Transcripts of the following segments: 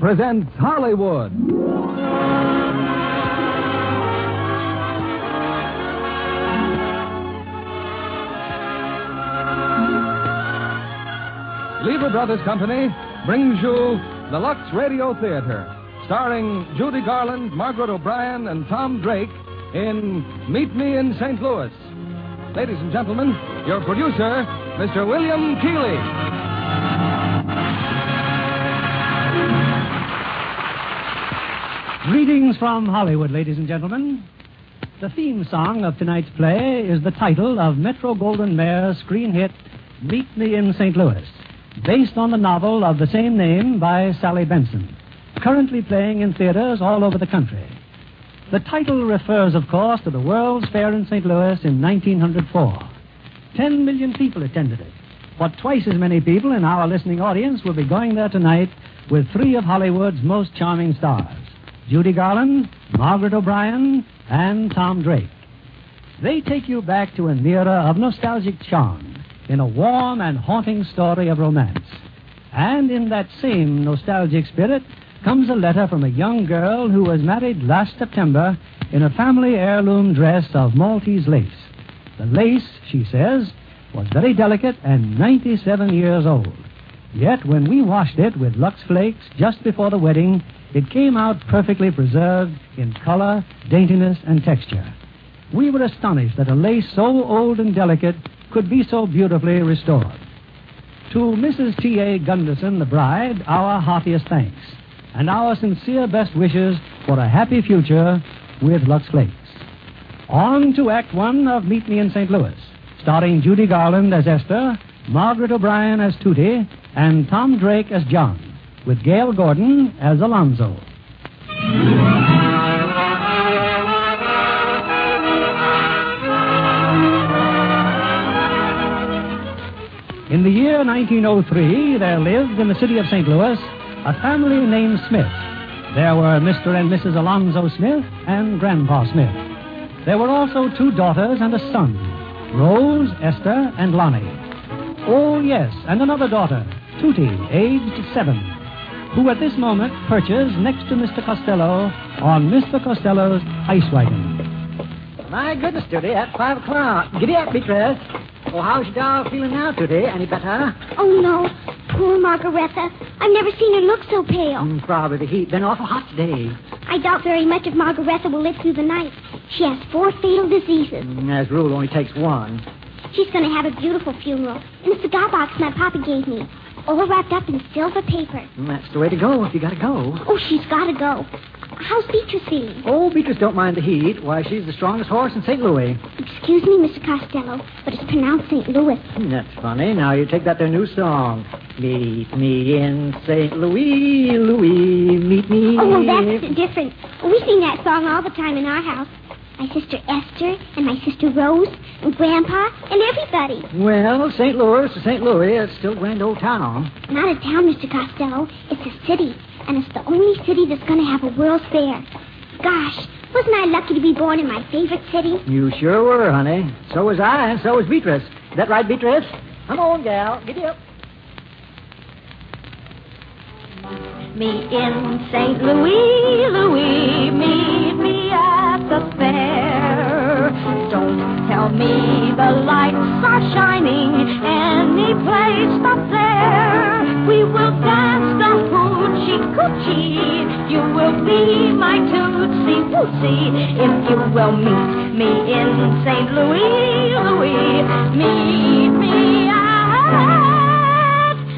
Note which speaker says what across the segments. Speaker 1: presents Hollywood. Lever Brothers Company brings you the Lux Radio Theater, starring Judy Garland, Margaret O'Brien, and Tom Drake in Meet Me in St. Louis. Ladies and gentlemen, your producer, Mr. William Keeley.
Speaker 2: Greetings from Hollywood, ladies and gentlemen. The theme song of tonight's play is the title of Metro Golden Mayer's screen hit, Meet Me in St. Louis, based on the novel of the same name by Sally Benson, currently playing in theaters all over the country. The title refers, of course, to the World's Fair in St. Louis in 1904. Ten million people attended it, but twice as many people in our listening audience will be going there tonight with three of Hollywood's most charming stars Judy Garland, Margaret O'Brien, and Tom Drake. They take you back to an era of nostalgic charm in a warm and haunting story of romance. And in that same nostalgic spirit comes a letter from a young girl who was married last September in a family heirloom dress of Maltese lace. The lace, she says, was very delicate and 97 years old. Yet when we washed it with Lux Flakes just before the wedding, it came out perfectly preserved in color, daintiness, and texture. We were astonished that a lace so old and delicate could be so beautifully restored. To Mrs. T.A. Gunderson, the bride, our heartiest thanks, and our sincere best wishes for a happy future with Lux Flakes. On to Act One of Meet Me in St. Louis, starring Judy Garland as Esther, Margaret O'Brien as Tootie, and Tom Drake as John, with Gail Gordon as Alonzo. In the year 1903, there lived in the city of St. Louis a family named Smith. There were Mr. and Mrs. Alonzo Smith and Grandpa Smith. There were also two daughters and a son, Rose, Esther, and Lonnie. Oh, yes, and another daughter, Tootie, aged seven, who at this moment perches next to Mr. Costello on Mr. Costello's ice wagon.
Speaker 3: My goodness, Tootie, at five o'clock. Giddy up, Beatrice. Well, how's your doll feeling now, Tootie? Any better?
Speaker 4: Oh, no. Poor Margaretha. I've never seen her look so pale.
Speaker 3: Mm, probably the heat. Been awful hot today.
Speaker 4: I doubt very much if Margaretha will live through the night. She has four fatal diseases.
Speaker 3: Mm, As a rule, only takes one.
Speaker 4: She's going to have a beautiful funeral in a cigar box my papa gave me, all wrapped up in silver paper.
Speaker 3: Mm, That's the way to go if you gotta go.
Speaker 4: Oh, she's got to go. How's Beatrice feeling?
Speaker 3: Oh, Beatrice don't mind the heat. Why, she's the strongest horse in St. Louis.
Speaker 4: Excuse me, Mr. Costello, but it's pronounced St. Louis.
Speaker 3: Mm, That's funny. Now you take that their new song. Meet me in St. Louis, Louis, meet me.
Speaker 4: Oh, well, that's
Speaker 2: Mm-hmm.
Speaker 4: the difference. We sing that song all the time in our house. My sister Esther and my sister Rose and Grandpa and everybody.
Speaker 3: Well, St. Louis to St. Louis, it's still grand old town.
Speaker 4: Not a town, Mr. Costello. It's a city, and it's the only city that's going to have a World's Fair. Gosh, wasn't I lucky to be born in my favorite city?
Speaker 3: You sure were, honey. So was I, and so was Beatrice. Is that right, Beatrice? Come on, gal. Get up.
Speaker 5: me in St. Louis, Louis, meet me at the fair. Don't tell me the lights are shining any place but there. We will dance the hoochie coochie. You will be my tootsie wootsie if you will meet me in St. Louis, Louis. Meet me at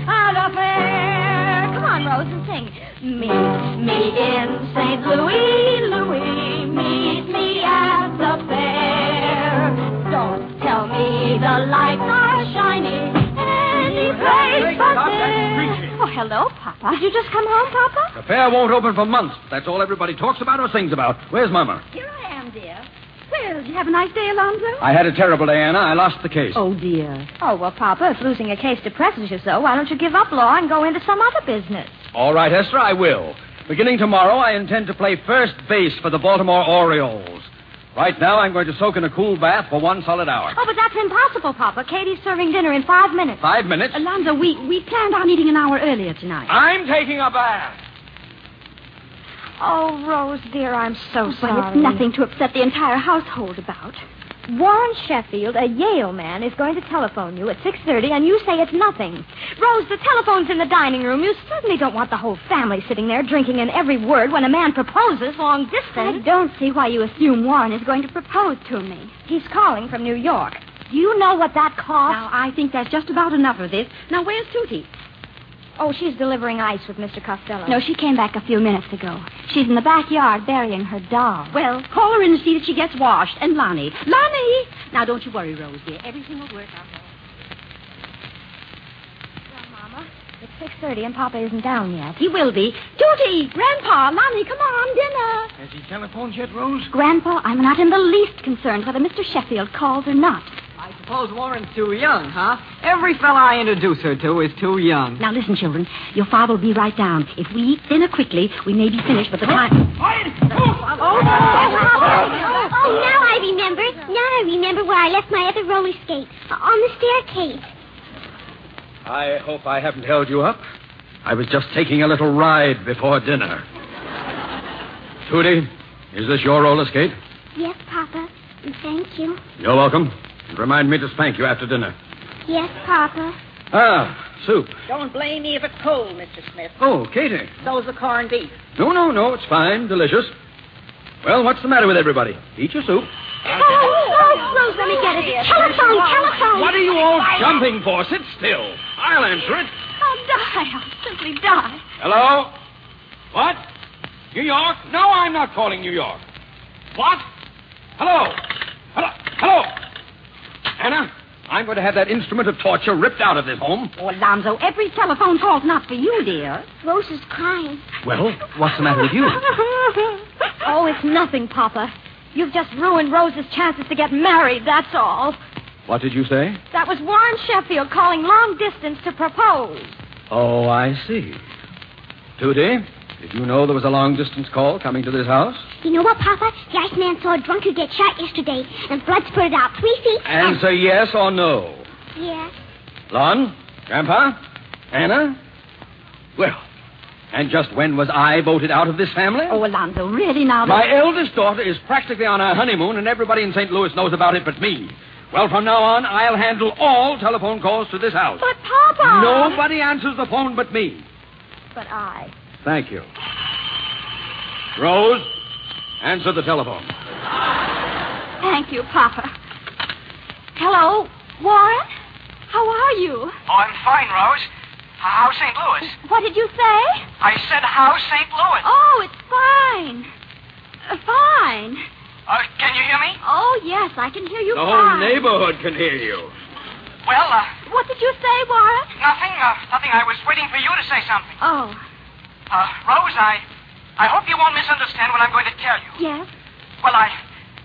Speaker 5: at a fair. Come on, Rose, and sing. Meet me in St. Louis, Louis. Meet me at the fair. Don't tell me the lights are shining any place but
Speaker 6: Stop that
Speaker 5: there.
Speaker 6: preaching.
Speaker 5: Oh, hello, Papa. Did you just come home, Papa?
Speaker 6: The fair won't open for months. That's all everybody talks about or sings about. Where's Mama?
Speaker 5: Here I am, dear. Well, did you have a nice day, Alonzo?
Speaker 6: I had a terrible day, Anna. I lost the case.
Speaker 5: Oh, dear. Oh, well, Papa, if losing a case depresses you so, why don't you give up law and go into some other business?
Speaker 6: All right, Esther, I will. Beginning tomorrow, I intend to play first base for the Baltimore Orioles. Right now, I'm going to soak in a cool bath for one solid hour.
Speaker 5: Oh, but that's impossible, Papa. Katie's serving dinner in five minutes.
Speaker 6: Five minutes.
Speaker 5: Alonzo, we, we planned on eating an hour earlier tonight.
Speaker 6: I'm taking a bath.
Speaker 5: Oh, Rose, dear, I'm so sorry.
Speaker 4: Well, it's nothing to upset the entire household about.
Speaker 5: Warren Sheffield, a Yale man, is going to telephone you at 6.30, and you say it's nothing. Rose, the telephone's in the dining room. You certainly don't want the whole family sitting there drinking in every word when a man proposes long
Speaker 4: I
Speaker 5: distance.
Speaker 4: don't see why you assume Warren is going to propose to me.
Speaker 5: He's calling from New York. Do you know what that costs?
Speaker 7: Now, I think that's just about enough of this. Now, where's Tootie?
Speaker 5: oh, she's delivering ice with Mr. Costello.
Speaker 4: No, she came back a few minutes ago. She's in the backyard burying her doll.
Speaker 7: Well, call her in and see that she gets washed. And Lonnie. Lonnie! Now, don't you worry, Rose, dear. Everything will work out.
Speaker 5: Well, Mama, it's 6.30 and Papa isn't down yet.
Speaker 7: He will be. Tootie! Grandpa! Lonnie, come on, dinner!
Speaker 1: Has he telephoned yet, Rose?
Speaker 4: Grandpa, I'm not in the least concerned whether Mr. Sheffield calls or not.
Speaker 2: I suppose Warren's too young, huh? Every fella I introduce her to is too young.
Speaker 7: Now, listen, children. Your father will be right down. If we eat dinner quickly, we may be finished by the time.
Speaker 4: Oh, now I remember. Now I remember where I left my other roller skate. uh, On the staircase.
Speaker 1: I hope I haven't held you up. I was just taking a little ride before dinner. Tootie, is this your roller skate?
Speaker 4: Yes, Papa. Thank you.
Speaker 1: You're welcome. And remind me to spank you after dinner.
Speaker 4: Yes, Papa.
Speaker 1: Ah, soup.
Speaker 8: Don't blame me if it's cold, Mr. Smith.
Speaker 1: Oh, Katie.
Speaker 8: So's the corned beef.
Speaker 1: No, no, no. It's fine. Delicious. Well, what's the matter with everybody? Eat your soup.
Speaker 4: Oh, oh, Rose, let me get it. Telephone, telephone.
Speaker 1: What are you all jumping for? Sit still. I'll answer it.
Speaker 4: I'll die. I'll simply die.
Speaker 1: Hello? What? New York? No, I'm not calling New York. What? Hello? Hello? Hello? Anna, I'm going to have that instrument of torture ripped out of this home.
Speaker 7: Oh, Alonzo, every telephone call's not for you, dear.
Speaker 4: Rose is crying.
Speaker 1: Well, what's the matter with you?
Speaker 5: Oh, it's nothing, Papa. You've just ruined Rose's chances to get married, that's all.
Speaker 1: What did you say?
Speaker 5: That was Warren Sheffield calling long distance to propose.
Speaker 1: Oh, I see. Tootie, did you know there was a long distance call coming to this house?
Speaker 4: You know what, Papa? The Iceman saw a drunk who get shot yesterday, and blood spurted out three feet.
Speaker 1: Answer yes or no.
Speaker 4: Yes.
Speaker 1: Lon? Grandpa? Anna? Well, and just when was I voted out of this family?
Speaker 7: Oh, Alonzo, really now?
Speaker 1: My eldest daughter is practically on her honeymoon, and everybody in St. Louis knows about it but me. Well, from now on, I'll handle all telephone calls to this house.
Speaker 5: But, Papa!
Speaker 1: Nobody answers the phone but me.
Speaker 5: But I.
Speaker 1: Thank you. Rose, answer the telephone.
Speaker 5: Thank you, Papa. Hello, Warren? How are you?
Speaker 9: Oh, I'm fine, Rose. How's St. Louis?
Speaker 5: What did you say?
Speaker 9: I said, how's St. Louis?
Speaker 5: Oh, it's fine. Uh, fine.
Speaker 9: Uh, can you hear me?
Speaker 5: Oh, yes, I can hear you
Speaker 1: The whole
Speaker 5: fine.
Speaker 1: neighborhood can hear you.
Speaker 9: Well, uh,
Speaker 5: What did you say, Warren?
Speaker 9: nothing, uh, nothing. I was waiting for you to say something.
Speaker 5: Oh,
Speaker 9: Uh, Rose, I, I hope you won't misunderstand what I'm going to tell you.
Speaker 4: Yes.
Speaker 9: Well, I,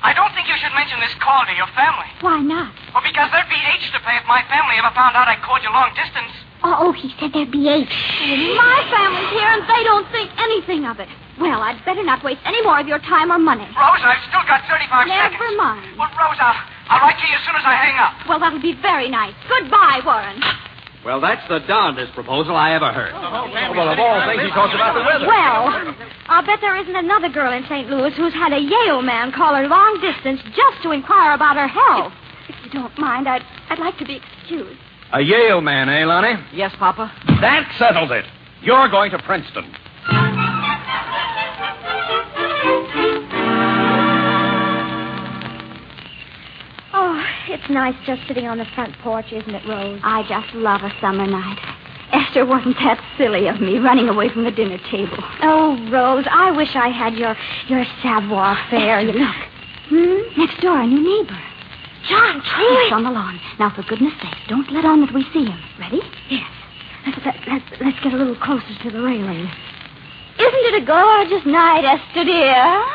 Speaker 9: I don't think you should mention this call to your family.
Speaker 4: Why not?
Speaker 9: Well, because there'd be H to pay if my family ever found out I called you long distance.
Speaker 4: Oh, oh, he said there'd be eight.
Speaker 5: my family's here, and they don't think anything of it. Well, I'd better not waste any more of your time or money.
Speaker 9: Rose, I've still got 35
Speaker 5: Never
Speaker 9: seconds.
Speaker 5: mind.
Speaker 9: Well, Rose, I'll, I'll write to you as soon as I hang up.
Speaker 5: Well, that'll be very nice. Goodbye, Warren.
Speaker 1: Well, that's the darndest proposal I ever heard. Oh, well, of all things, he talks about the weather.
Speaker 5: Well, I'll bet there isn't another girl in St. Louis who's had a Yale man call her long distance just to inquire about her health.
Speaker 4: If you don't mind, I'd, I'd like to be excused.
Speaker 1: A Yale man, eh, Lonnie?
Speaker 2: Yes, Papa?
Speaker 1: That settles it. You're going to Princeton.
Speaker 5: Oh, it's nice just sitting on the front porch, isn't it, Rose?
Speaker 4: I just love a summer night. Esther wasn't that silly of me running away from the dinner table.
Speaker 5: Oh, Rose, I wish I had your your savoir faire. You know.
Speaker 4: Hmm? Next door, a new neighbor. John, Troy. He's on the lawn. Now, for goodness sake, don't let on that we see him. Ready? Yes. Let's, let, let's, let's get a little closer to the railing.
Speaker 5: Isn't it a gorgeous night, Esther dear?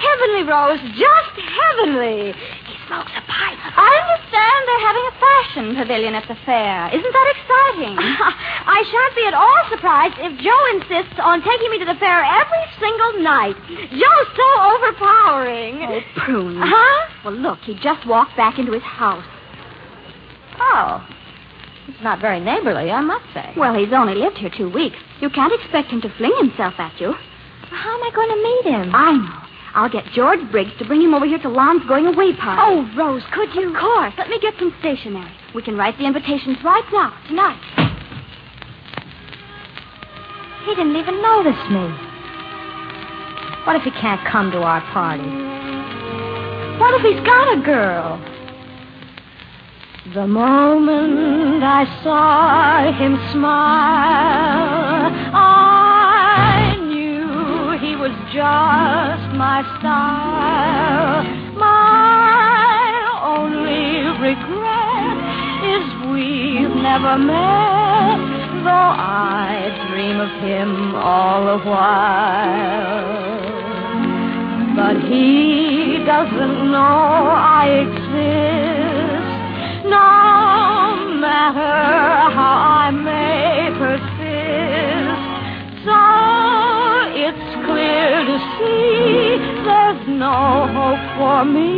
Speaker 5: Heavenly, Rose, just heavenly.
Speaker 4: He smokes a pipe.
Speaker 5: I understand they're having a fashion pavilion at the fair. Isn't that exciting? I shan't be at all surprised if Joe insists on taking me to the fair every single night. Joe's so overpowering.
Speaker 7: Oh, prune.
Speaker 5: Huh?
Speaker 7: Well, look,
Speaker 4: He just walked back into his house.
Speaker 5: Oh. It's not very neighborly, I must say.
Speaker 4: Well, he's only lived here two weeks. You can't expect him to fling himself at you.
Speaker 5: How am I going to meet him? I know. I'll get George Briggs to bring him over here to Lon's going away party. Oh, Rose, could you? Of course. Let me get some stationery. We can write the invitations right now, tonight. He didn't even notice me. What if he can't come to our party? What if he's got a girl? The moment I saw him smile, I knew he was just my style. My only regret is we've never met, though I dream of him all the while. But he doesn't know I exist. No matter how I may persist, so it's clear to see there's no hope for me.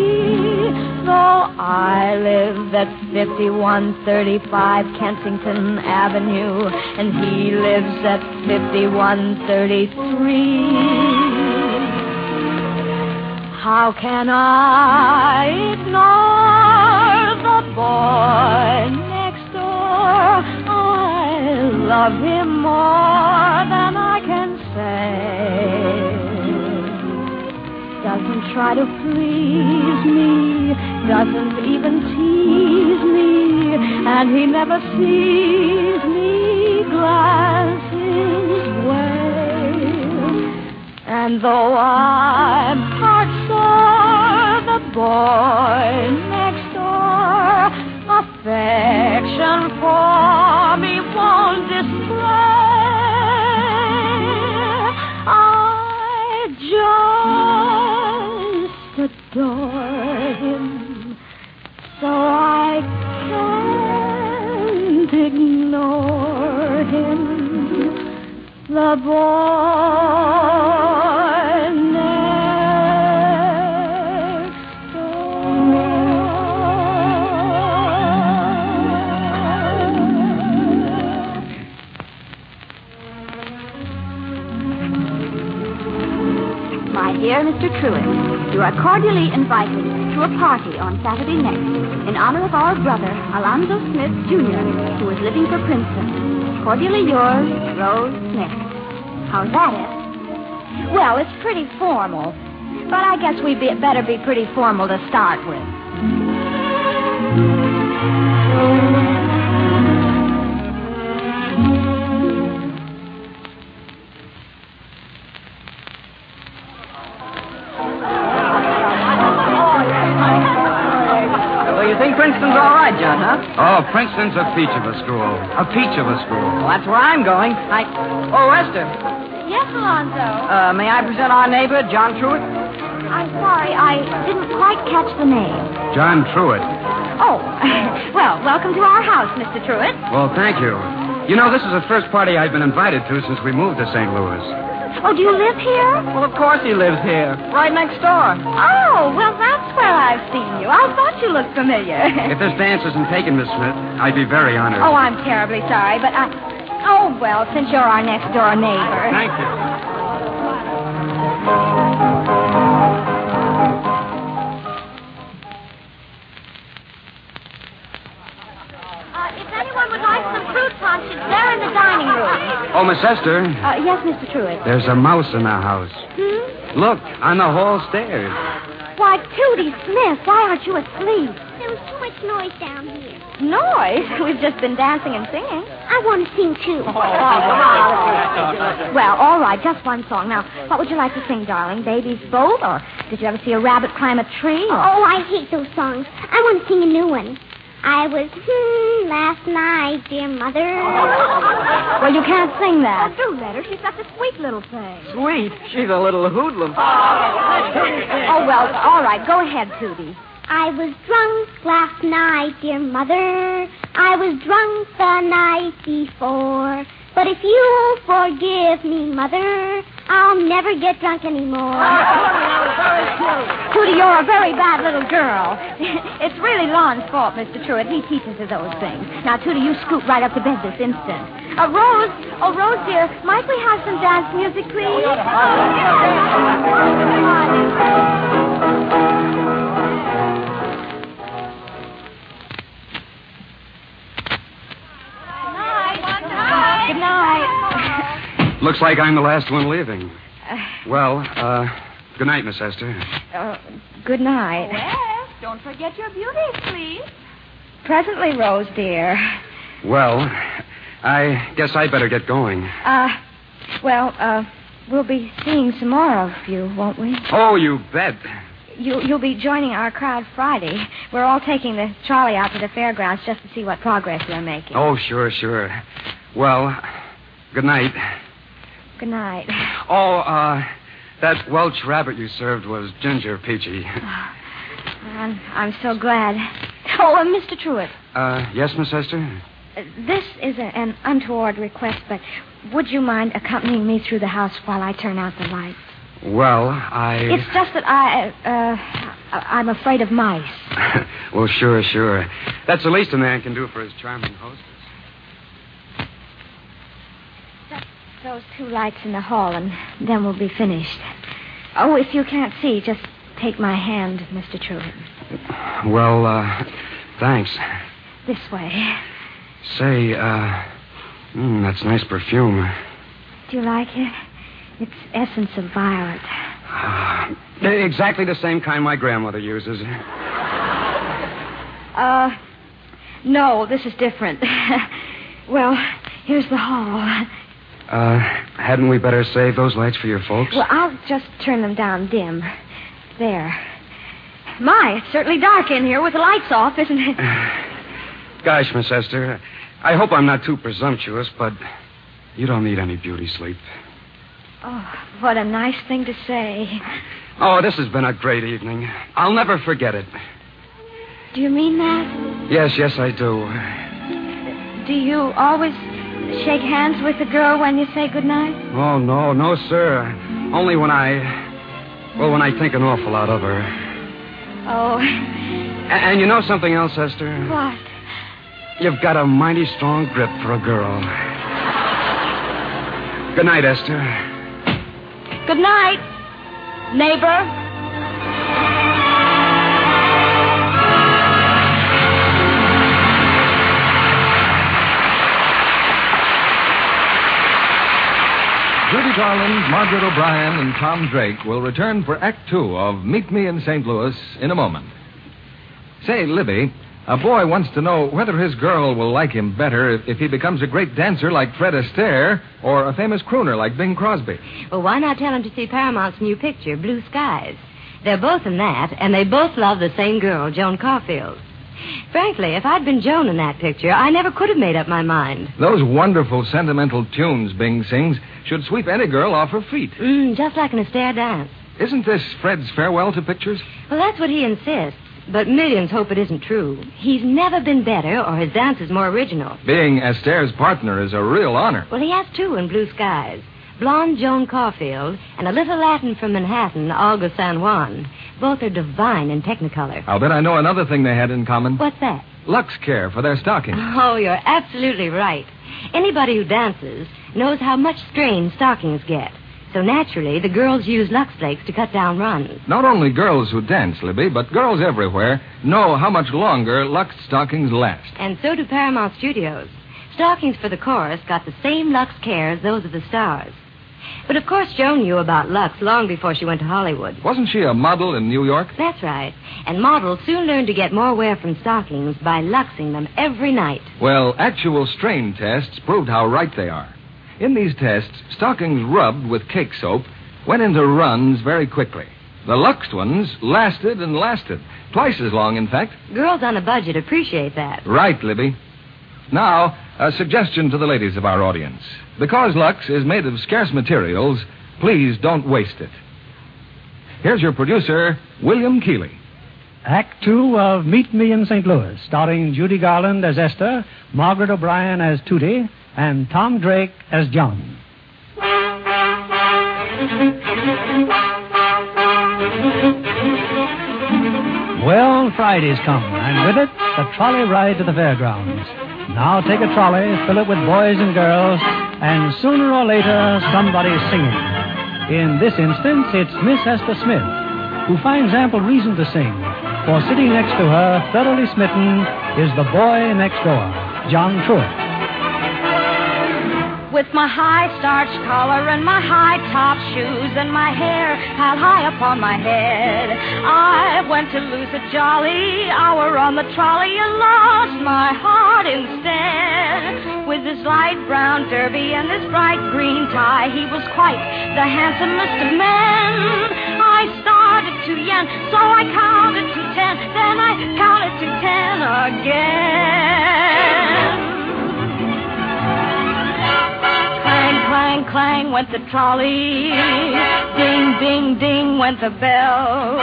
Speaker 5: Though I live at 5135 Kensington Avenue, and he lives at 5133. How can I ignore the boy next door? I love him more than I can say. Doesn't try to please me, doesn't even tease me, and he never sees me glass his way. And though I'm heart sore, the boy next door affection for me won't display. I just adore him, so I can't ignore him. The boy next door.
Speaker 10: My dear Mr. Truitt, you are cordially invited to a party on Saturday next in honor of our brother, Alonzo Smith, Jr., who is living for Princeton. Cordially yours, Rose Smith. How's that, Ed? Well, it's pretty formal, but I guess we be, better be pretty formal to start with.
Speaker 11: Well, you think Princeton's all right, John, huh?
Speaker 1: Oh, Princeton's a peach of a school. A peach of a school.
Speaker 11: Well, that's where I'm going. I. Oh, Esther.
Speaker 5: Yes, Alonzo.
Speaker 11: Uh, may I present our neighbor, John Truitt?
Speaker 5: I'm sorry, I didn't quite catch the name.
Speaker 1: John Truitt.
Speaker 5: Oh, well, welcome to our house, Mr. Truitt.
Speaker 1: Well, thank you. You know, this is the first party I've been invited to since we moved to St. Louis.
Speaker 5: Oh, do you live here?
Speaker 11: Well, of course he lives here, right next door.
Speaker 5: Oh, well, that's where I've seen you. I thought you looked familiar.
Speaker 1: If this dance isn't taken, Miss Smith, I'd be very honored.
Speaker 5: oh, I'm terribly sorry, but I. Oh, well, since you're our next door neighbor.
Speaker 1: Thank you.
Speaker 5: Uh, if anyone would like some croutons, it's there in the dining room.
Speaker 1: Oh, Miss Esther,
Speaker 5: Uh, yes, Mr. Truitt.
Speaker 1: there's a mouse in our house.
Speaker 5: Hmm?
Speaker 1: Look, on the hall stairs.
Speaker 5: Why, Tootie Smith, why aren't you asleep?
Speaker 10: There was too much noise down here.
Speaker 5: Noise? We've just been dancing and singing.
Speaker 10: I want to sing too.
Speaker 1: Oh,
Speaker 4: Oh.
Speaker 5: Well, all right, just one song. Now, what would you like to sing, darling? Baby's Boat? Or did you ever see a rabbit climb a tree?
Speaker 10: Oh, I hate those songs. I want to sing a new one. I was hmm last night, dear mother.
Speaker 5: Well, you can't
Speaker 10: Oh,
Speaker 5: sing that.
Speaker 10: do let her. She's such a sweet little thing.
Speaker 11: Sweet. She's a little hoodlum.
Speaker 5: Oh, well, all right, go ahead, Tootie.
Speaker 10: I was drunk last night, dear mother. I was drunk the night before. But if you'll forgive me, mother, I'll never get drunk anymore.
Speaker 5: Tootie, you're a very bad little girl. it's really Lon's fault, Mr. Truitt. He teaches her those things.
Speaker 10: Now, Tootie, you scoot right up to bed this instant. Uh, Rose, oh, Rose dear, might we have some dance music, please? Oh,
Speaker 5: Good night.
Speaker 1: Looks like I'm the last one leaving.
Speaker 5: Uh,
Speaker 1: Well, uh, good night, Miss Esther.
Speaker 5: uh, good night.
Speaker 10: Well, don't forget your beauties, please.
Speaker 5: Presently, Rose dear.
Speaker 1: Well, I guess I better get going.
Speaker 5: Uh, well, uh, we'll be seeing some more of you, won't we?
Speaker 1: Oh, you bet.
Speaker 5: You, you'll be joining our crowd Friday. We're all taking the trolley out to the fairgrounds just to see what progress you're making.
Speaker 1: Oh, sure, sure. Well, good night.
Speaker 5: Good night.
Speaker 1: Oh, uh, that Welch rabbit you served was Ginger Peachy.
Speaker 5: Oh, I'm, I'm so glad. Oh, and Mr. Truitt,
Speaker 1: Uh, yes, Miss Esther?
Speaker 5: uh, this is a, an untoward request, but would you mind accompanying me through the house while I turn out the lights?
Speaker 1: Well, I.
Speaker 5: It's just that I, uh, uh, I- I'm afraid of mice.
Speaker 1: Well, sure, sure. That's the least a man can do for his charming host.
Speaker 5: Those two lights in the hall, and then we'll be finished. Oh, if you can't see, just take my hand, Mr. Truitt.
Speaker 1: Well, uh, thanks.
Speaker 5: This way.
Speaker 1: Say, uh, mm, that's nice perfume.
Speaker 5: Do you like it? It's essence of violet.
Speaker 1: Uh, Exactly the same kind my grandmother uses.
Speaker 5: Uh, no, this is different. well, here's the hall.
Speaker 1: Uh, hadn't we better save those lights for your folks?
Speaker 5: Well, I'll just turn them down dim. There. My, it's certainly dark in here with the lights off, isn't it?
Speaker 1: Gosh, Miss Esther, I hope I'm not too presumptuous, but you don't need any beauty sleep.
Speaker 5: Oh, what a nice thing to say.
Speaker 1: Oh, this has been a great evening. I'll never forget it.
Speaker 5: Do you mean that?
Speaker 1: Yes, yes, I do.
Speaker 5: Do you always shake hands with the girl when you say goodnight?
Speaker 1: Oh, no, no, sir. Only when I. Well, when I think an awful lot of her.
Speaker 5: Oh,
Speaker 1: A- and you know something else, Esther?
Speaker 5: what?
Speaker 1: You've got a mighty strong grip for a girl. Good night, Esther.
Speaker 5: Good night, neighbor.
Speaker 12: Judy Garland, Margaret O'Brien, and Tom Drake will return for Act Two of Meet Me in St. Louis in a moment. Say, Libby, a boy wants to know whether his girl will like him better if, if he becomes a great dancer like Fred Astaire or a famous crooner like Bing Crosby.
Speaker 13: Well, why not tell him to see Paramount's new picture, Blue Skies? They're both in that, and they both love the same girl, Joan Caulfield. Frankly, if I'd been Joan in that picture, I never could have made up my mind.
Speaker 12: Those wonderful sentimental tunes Bing sings should sweep any girl off her feet.
Speaker 13: Mm, just like an Astaire dance.
Speaker 12: Isn't this Fred's farewell to pictures?
Speaker 13: Well, that's what he insists, but millions hope it isn't true. He's never been better, or his dance is more original.
Speaker 12: Being Astaire's partner is a real honor.
Speaker 13: Well, he has two in Blue Skies blonde Joan Caulfield and a little Latin from Manhattan, Olga San Juan. Both are divine in Technicolor.
Speaker 12: I'll bet I know another thing they had in common.
Speaker 13: What's that?
Speaker 12: Lux Care for their stockings.
Speaker 5: Ah.
Speaker 13: Oh, you're absolutely right. Anybody who dances knows how much strain stockings get. So naturally, the girls use Lux Flakes to cut down runs.
Speaker 12: Not only girls who dance, Libby, but girls everywhere know how much longer Lux stockings last.
Speaker 13: And so do Paramount Studios. Stockings for the chorus got the same Lux care as those of the stars. But of course, Joan knew about Lux long before she went to Hollywood.
Speaker 12: Wasn't she a model in New York?
Speaker 13: That's right. And models soon learned to get more wear from stockings by luxing them every night.
Speaker 12: Well, actual strain tests proved how right they are. In these tests, stockings rubbed with cake soap went into runs very quickly. The Lux ones lasted and lasted. Twice as long, in fact.
Speaker 13: Girls on a budget appreciate that.
Speaker 12: Right, Libby. Now, a suggestion to the ladies of our audience. Because Lux is made of scarce materials, please don't waste it. Here's your producer, William Keeley.
Speaker 2: Act two of Meet Me in St. Louis, starring Judy Garland as Esther, Margaret O'Brien as Tootie, and Tom Drake as John.
Speaker 10: Goodnight.
Speaker 2: Well, Friday's come, and with it, the trolley ride to the fairgrounds. Now take a trolley, fill it with boys and girls, and sooner or later, somebody's singing. In this instance, it's Miss Esther Smith, who finds ample reason to sing, for sitting next to her, thoroughly smitten, is the boy next door, John Truett.
Speaker 5: With my high starched collar and my high top shoes and my hair piled high upon my head, I went to lose a jolly hour on the trolley and lost my heart instead. With his light brown derby and his bright green tie, he was quite the handsomest of men. I started to yen, so I counted to ten, then I counted to ten again. Clang, clang, clang went the trolley. Ding, ding, ding went the bell.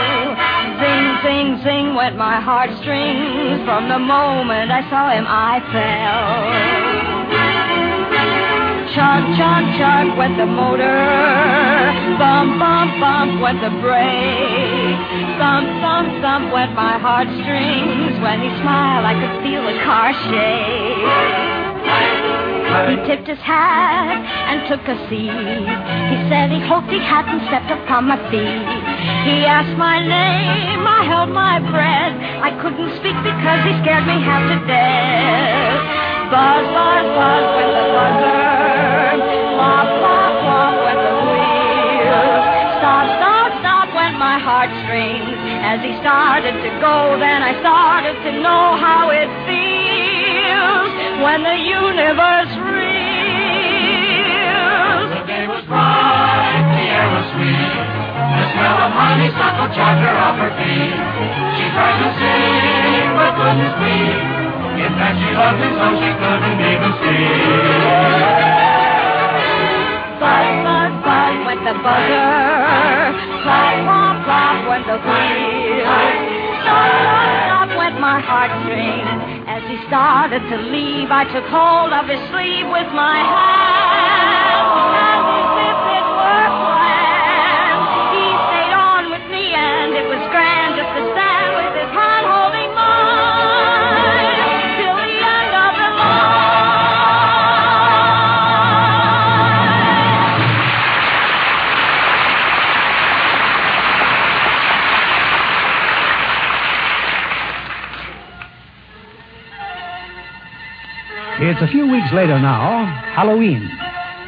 Speaker 5: Zing, zing, zing went my heartstrings. From the moment I saw him, I fell. Chug, chug, chug went the motor. Bump, bump, bump went the brake. Thump, thump, thump went my heartstrings. When he smiled, I could feel the car shake. He tipped his hat and took a seat. He said he hoped he hadn't stepped upon my feet. He asked my name, I held my breath. I couldn't speak because he scared me half to death. Buzz, buzz, buzz with the buzzer. Flop, flop, flop with the wheels. Stop, stop, stop went my heartstrings. As he started to go, then I started to know how it feels when the universe reels. The day was bright, the air was sweet. The smell of honeysuckle chugged her off her feet. She tried to sing, but couldn't speak. In fact, she loved him so she couldn't even speak. Buzz, buzz, buzz went the buzzer. Clap, clap, clap went the wheel. Stop, stop, stop went my heartstrings. As he started to leave, I took hold of his sleeve with my hand. As if it were planned. He stayed on with me, and it was grand just to stand with his hand holding mine till the end of the
Speaker 2: It's a few weeks later now, Halloween.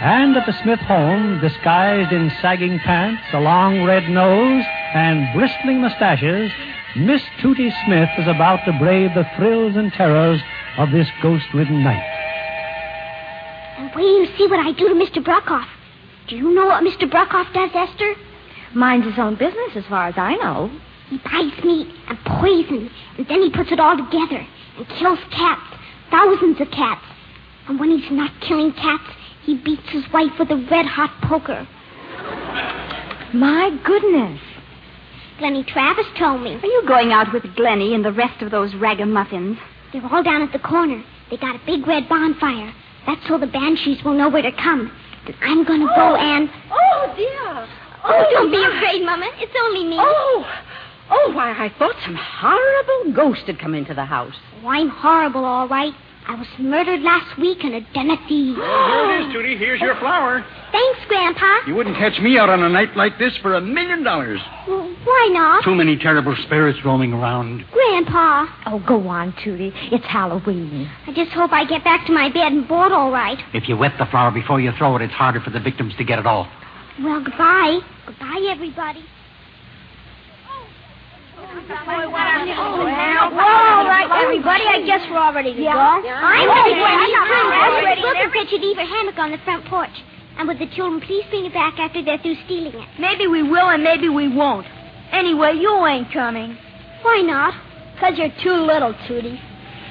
Speaker 2: And at the Smith home, disguised in sagging pants, a long red nose, and bristling mustaches, Miss Tootie Smith is about to brave the thrills and terrors of this ghost ridden night.
Speaker 4: And wait till you see what I do to Mr. Bruckoff. Do you know what Mr. Bruckoff does, Esther? Minds his own business, as far as I know. He buys meat and poison, and then he puts it all together and kills cats, thousands of cats. And when he's not killing cats, he beats his wife with a red hot poker.
Speaker 14: My goodness.
Speaker 4: Glenny Travis told me.
Speaker 14: Are you going out with Glenny and the rest of those ragamuffins?
Speaker 4: They're all down at the corner. They got a big red bonfire. That's so the banshees will know where to come. Then I'm going to go and.
Speaker 5: Oh, dear.
Speaker 4: Oh, don't be
Speaker 5: my.
Speaker 4: afraid, Mama. It's only me.
Speaker 15: Oh, oh, why, I thought some horrible ghost had come into the house.
Speaker 4: Oh, I'm horrible, all right. I was murdered last week in a den of thieves.
Speaker 16: Here it is, Tootie. Here's your flower.
Speaker 4: Thanks, Grandpa.
Speaker 16: You wouldn't catch me out on a night like this for a million dollars.
Speaker 4: Well, why not?
Speaker 17: Too many terrible spirits roaming around.
Speaker 4: Grandpa.
Speaker 14: Oh, go on, Tootie. It's Halloween.
Speaker 4: I just hope I get back to my bed and board all right.
Speaker 17: If you wet the flower before you throw it, it's harder for the victims to get it off.
Speaker 4: Well, goodbye. Goodbye, everybody.
Speaker 5: Well, we're all right, everybody. I guess we're all ready to
Speaker 4: Yeah.
Speaker 5: go.
Speaker 4: I'm
Speaker 5: Oh,
Speaker 4: ready
Speaker 5: well, I'm not ready.
Speaker 4: Mrs. Wilson said she'd leave her hammock on the front porch. And would the children please bring it back after they're through stealing it?
Speaker 5: Maybe we will and maybe we won't. Anyway, you ain't coming.
Speaker 4: Why not?
Speaker 5: Because you're too little, Tootie.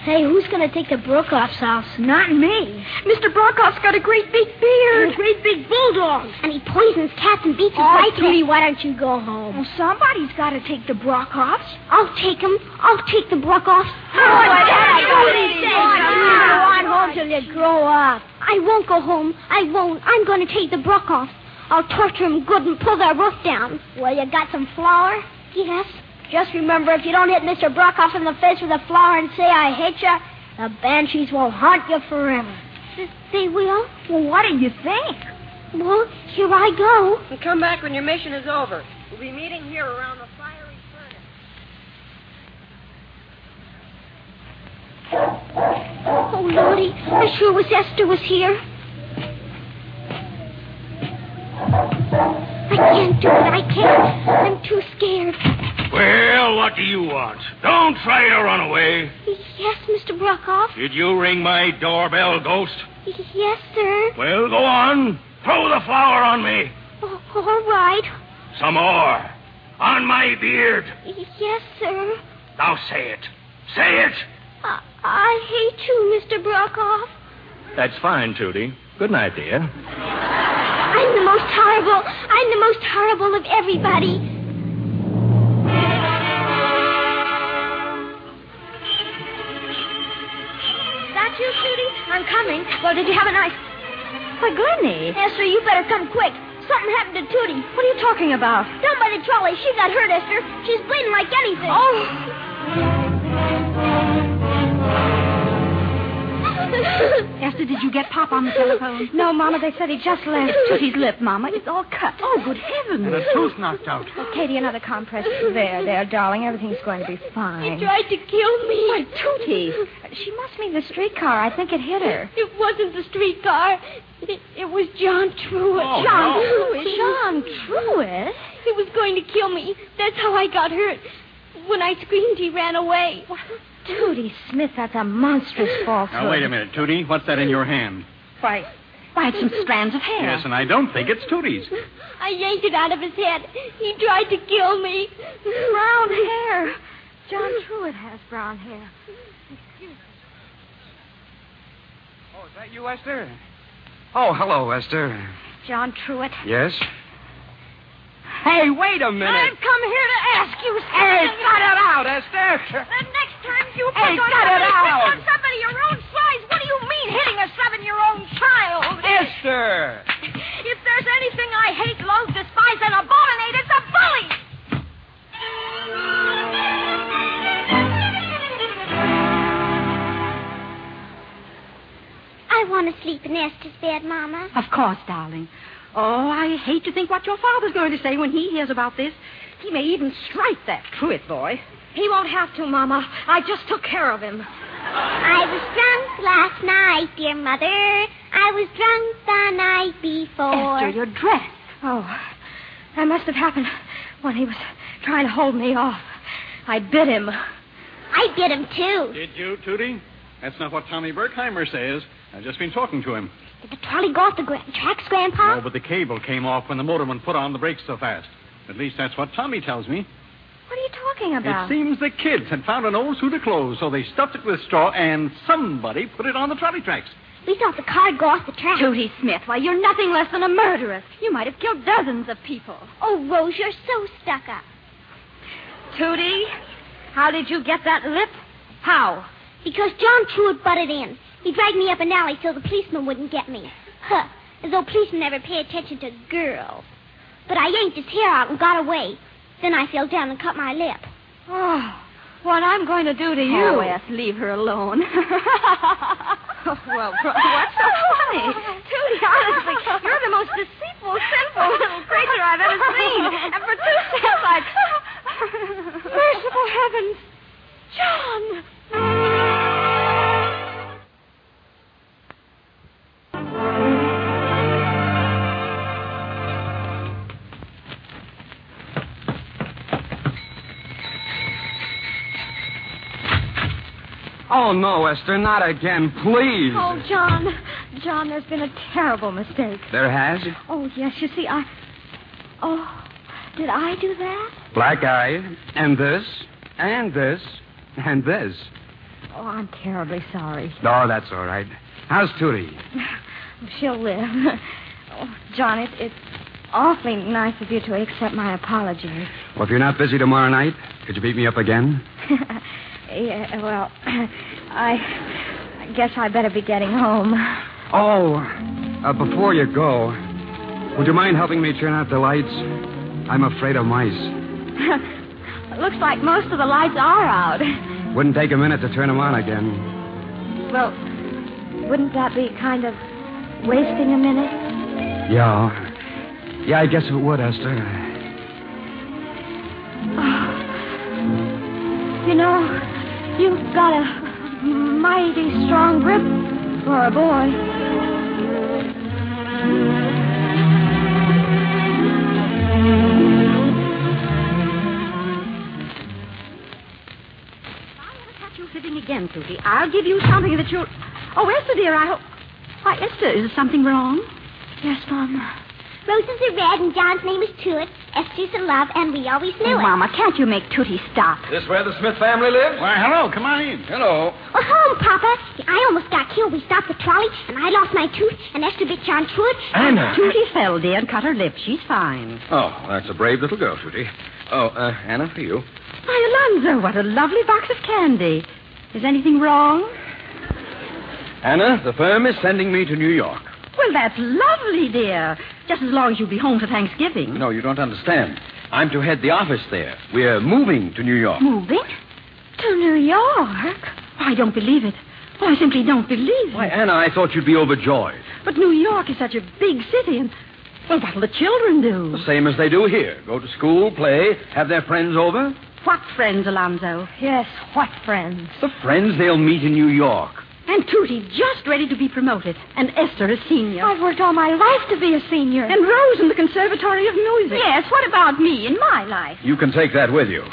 Speaker 5: Hey, who's going to take the Brokoff's house? Not me. Mr. Brokoff's got a great big beard. A great big bulldog.
Speaker 4: And he poisons cats and beats his
Speaker 5: All right,
Speaker 4: wife.
Speaker 5: Tootie, why don't you go home? Well, somebody's got to take the Brokoffs.
Speaker 4: I'll take him. I'll take the
Speaker 5: Oh,
Speaker 4: Brookoffs.
Speaker 5: home till you grow up.
Speaker 4: I won't go home. I won't. I'm going to take the Brookoffs. I'll torture 'em good and pull their roof down. Well, you got some flour? Yes. Just remember, if you don't hit Mr. Brokoff in the face with a flour and say I hate you, the banshees will haunt you forever. They will? Well, what do you think? Well, here I go.
Speaker 18: And come back when your mission is over. We'll be meeting here around the fiery furnace.
Speaker 4: Oh, Lordy, I sure wish Esther was here. I can't do it. I can't. I'm too scared.
Speaker 19: Well, what do you want? Don't try to run away.
Speaker 4: Yes, Mr. Brokoff.
Speaker 19: Did you ring my doorbell, ghost?
Speaker 4: Yes, sir.
Speaker 19: Well, go on. Throw the flour on me.
Speaker 4: Oh, all right.
Speaker 19: Some more. On my beard.
Speaker 4: Yes, sir.
Speaker 19: Now say it. Say it.
Speaker 4: I, I hate you, Mr. Brokoff.
Speaker 2: That's fine, Tootie. Good night, dear.
Speaker 4: I'm the most horrible. I'm the most horrible of everybody.
Speaker 20: That you, Judy? I'm coming. Well, did you have a nice. Why, Glenny. Esther, you better come quick. Something happened to Tootie. What are you talking about? Down by the trolley. She got hurt, Esther. She's bleeding like anything. Oh.
Speaker 4: Oh.
Speaker 5: Esther, did you get Pop on the telephone? No, Mama. They said he just left. Tootie's lip, Mama. It's all cut. Oh, good heavens.
Speaker 21: And a tooth knocked out.
Speaker 18: Well, Katie, another compress. There, there, darling. Everything's going to be fine.
Speaker 20: He tried to kill me.
Speaker 18: Why, Tootie. She must mean the streetcar. I think it hit her.
Speaker 20: It wasn't the streetcar. It, it was John Truett.
Speaker 18: Oh, John no.
Speaker 20: Truett. John Truett. He was going to kill me. That's how I got hurt. When I screamed, he ran away.
Speaker 18: Tootie Smith, that's a monstrous falsehood.
Speaker 2: Now, wait a minute, Tootie. What's that in your hand?
Speaker 18: Why, why, it's some strands of hair.
Speaker 2: Yes, and I don't think it's Tootie's.
Speaker 20: I yanked it out of his head. He tried to kill me. Brown hair.
Speaker 18: John Truett has brown hair. Excuse me.
Speaker 1: Oh, is that you, Esther? Oh, hello, Esther.
Speaker 22: John Truett.
Speaker 1: Yes? Hey, wait a minute.
Speaker 18: I've come here to ask you something.
Speaker 1: Hey, cut it out, Esther.
Speaker 18: The next time you
Speaker 1: Hey,
Speaker 18: pick on
Speaker 1: cut it
Speaker 18: somebody,
Speaker 1: out.
Speaker 18: pick on somebody your own size. What do you mean hitting a seven-year-old child?
Speaker 1: Esther!
Speaker 18: If there's anything I hate, loathe, despise, and abominate, it's a bully.
Speaker 4: I want to sleep in Esther's bed, Mama.
Speaker 5: Of course, darling. Oh, I hate to think what your father's going to say when he hears about this. He may even strike that Truett boy.
Speaker 18: He won't have to, Mama. I just took care of him.
Speaker 4: I was drunk last night, dear Mother. I was drunk the night before.
Speaker 5: Esther, your dress. Oh, that must have happened when he was trying to hold me off. I bit him.
Speaker 4: I bit him, too.
Speaker 2: Did you, Tootie? That's not what Tommy Berkheimer says. I've just been talking to him.
Speaker 4: Did the trolley go off the gra- tracks, Grandpa?
Speaker 2: No, but the cable came off when the motorman put on the brakes so fast. At least that's what Tommy tells me.
Speaker 18: What are you talking
Speaker 2: It
Speaker 18: about?
Speaker 2: seems the kids had found an old suit of clothes, so they stuffed it with straw, and somebody put it on the trolley tracks.
Speaker 4: We thought the car'd go off the track.
Speaker 5: Tootie Smith, why, you're nothing less than a murderess. You might have killed dozens of people.
Speaker 4: Oh, Rose, you're so stuck up.
Speaker 5: Tootie, how did you get that lip?
Speaker 4: How? Because John Truett butted in. He dragged me up an alley so the policeman wouldn't get me. Huh. As though policemen ever pay attention to girls. But I yanked his hair out and got away. Then I fell down and cut my lip.
Speaker 5: Oh, what I'm going to do to you.
Speaker 4: Oh,
Speaker 5: Eth, leave her alone. Oh, well,
Speaker 18: What's so funny? Tootie, honestly, you're the most deceitful, sinful little creature I've ever seen. And for two cents, I... Merciful heavens. John!
Speaker 1: Oh, no, Esther, not again, please.
Speaker 23: Oh, John. John, there's been a terrible mistake.
Speaker 1: There has?
Speaker 23: Oh, yes, you see, I. Oh, did I do that?
Speaker 1: Black eye, and this, and this, and this.
Speaker 23: Oh, I'm terribly sorry.
Speaker 1: Oh, that's all right. How's Tootie?
Speaker 23: She'll live. Oh, John, it, it's awfully nice of you to accept my apology.
Speaker 1: Well, if you're not busy tomorrow night, could you beat me up again?
Speaker 23: yeah, well, I, I guess I better be getting home.
Speaker 1: Oh, uh, before you go,
Speaker 24: Would you mind helping me turn out the lights? I'm afraid of mice.
Speaker 25: Looks like most of the lights are out.
Speaker 24: Wouldn't take a minute to turn them on again.
Speaker 25: Well, wouldn't that be kind of wasting a minute?
Speaker 24: Yeah. Yeah, I guess it would, Esther.
Speaker 25: You know, you've got a mighty strong grip for a boy.
Speaker 5: Catch you sitting again, Tootie. I'll give you something that you'll. Oh, Esther, dear, I hope. Why, Esther, is something wrong?
Speaker 4: Yes, Mama. Roses are red, and John's name is Tulips. Esther's a love, and we always knew it.
Speaker 26: Mama, can't you make Tootie stop?
Speaker 1: This where the Smith family lives? Why, hello. Come on in. Hello.
Speaker 4: Oh, home, Papa. I almost got killed. We stopped the trolley, and I lost my tooth, and Esther bit John Truett.
Speaker 1: Anna.
Speaker 4: Tootie
Speaker 5: fell, dear, and cut her lip. She's fine.
Speaker 1: Oh, that's a brave little girl, Judy. Oh, uh, Anna, for you.
Speaker 27: Why, Alonzo, what a lovely box of candy. Is anything wrong?
Speaker 1: Anna, the firm is sending me to New York.
Speaker 5: Well, that's lovely, dear. Just as long as you'll be home for Thanksgiving.
Speaker 1: No, you don't understand. I'm to head the office there. We're moving to New York.
Speaker 5: Moving? To New York? I don't believe it. Well, I simply don't believe it.
Speaker 1: Why, Anna, I thought you'd be overjoyed.
Speaker 5: But New York is such a big city, and, well, what'll the children do?
Speaker 1: The same as they do here. Go to school, play, have their friends over.
Speaker 5: What friends, Alonzo? Yes, what friends?
Speaker 1: The Friends they'll meet in New York.
Speaker 5: And Tootie just ready to be promoted. And Esther a senior. I've worked all my life to be a senior. And Rose in the Conservatory of Music. Yes, what about me in my life?
Speaker 1: You can take that with you.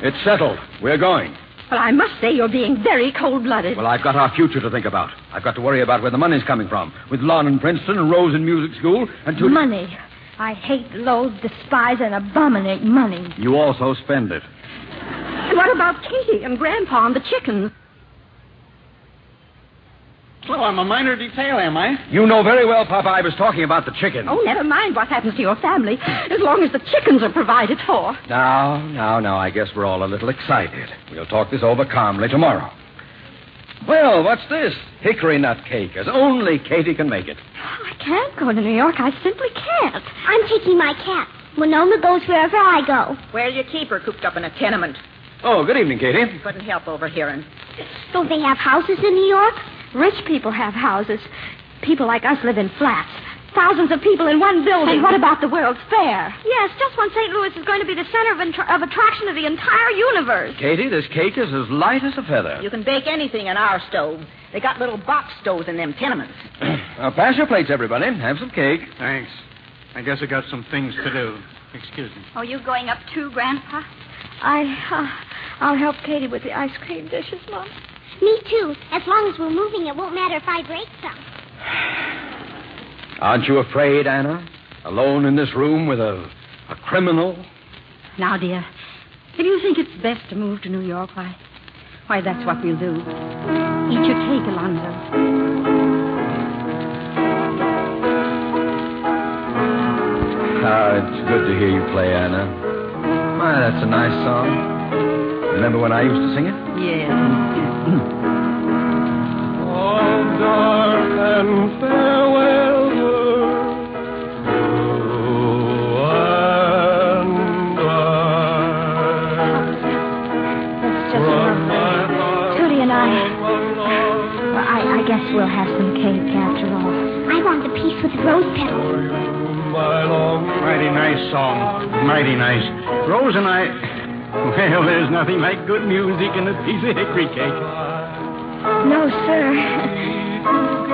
Speaker 1: It's settled. We're going.
Speaker 5: Well, I must say you're being very cold-blooded.
Speaker 1: Well, I've got our future to think about. I've got to worry about where the money's coming from. With Lon and Princeton and Rose in music school and Tootie.
Speaker 28: Money. I hate, loathe, despise, and abominate money.
Speaker 1: You also spend it.
Speaker 5: And what about Katie and Grandpa and the chickens?
Speaker 2: Well, I'm a minor detail, am I?
Speaker 1: You know very well, Papa, I was talking about the chicken.
Speaker 5: Oh, never mind what happens to your family, as long as the chickens are provided for.
Speaker 1: Now, now, now, I guess we're all a little excited. We'll talk this over calmly tomorrow. Well, what's this? Hickory nut cake, as only Katie can make it.
Speaker 4: Oh, I can't go to New York. I simply can't. I'm taking my cat. Winona goes wherever I go.
Speaker 8: Well, you keep her cooped up in a tenement.
Speaker 1: Oh, good evening, Katie.
Speaker 8: Couldn't help overhearing.
Speaker 4: Don't they have houses in New York? Rich people have houses.
Speaker 25: People like us live in flats. Thousands of people in one building.
Speaker 4: And what about the World's Fair?
Speaker 25: Yes, just when St. Louis is going to be the center of, intr- of attraction of the entire universe.
Speaker 1: Katie, this cake is as light as a feather.
Speaker 8: You can bake anything in our stove. They got little box stoves in them tenements.
Speaker 1: Now, pass your plates, everybody. Have some cake.
Speaker 2: Thanks. I guess I got some things to do. Excuse me.
Speaker 26: Are you going up too, Grandpa?
Speaker 4: I, uh, I'll help Katie with the ice cream dishes, Mom. Me too. As long as we're moving, it won't matter if I break some.
Speaker 1: Aren't you afraid, Anna? Alone in this room with a, a criminal?
Speaker 5: Now, dear, if you think it's best to move to New York, why, why, that's what we'll do. Eat your cake, Alonzo.
Speaker 1: Ah, it's good to hear you play, Anna. My, that's a nice song. Remember when I used to sing it?
Speaker 29: and farewell world, you and I. From my heart,
Speaker 4: Tootie and I. Well, I, I guess we'll have some cake after all. I want the piece with the rose petals.
Speaker 29: my long
Speaker 2: Mighty nice song. Mighty nice. Rose and I. Well, there's nothing like good music and a piece of hickory cake.
Speaker 4: No, sir.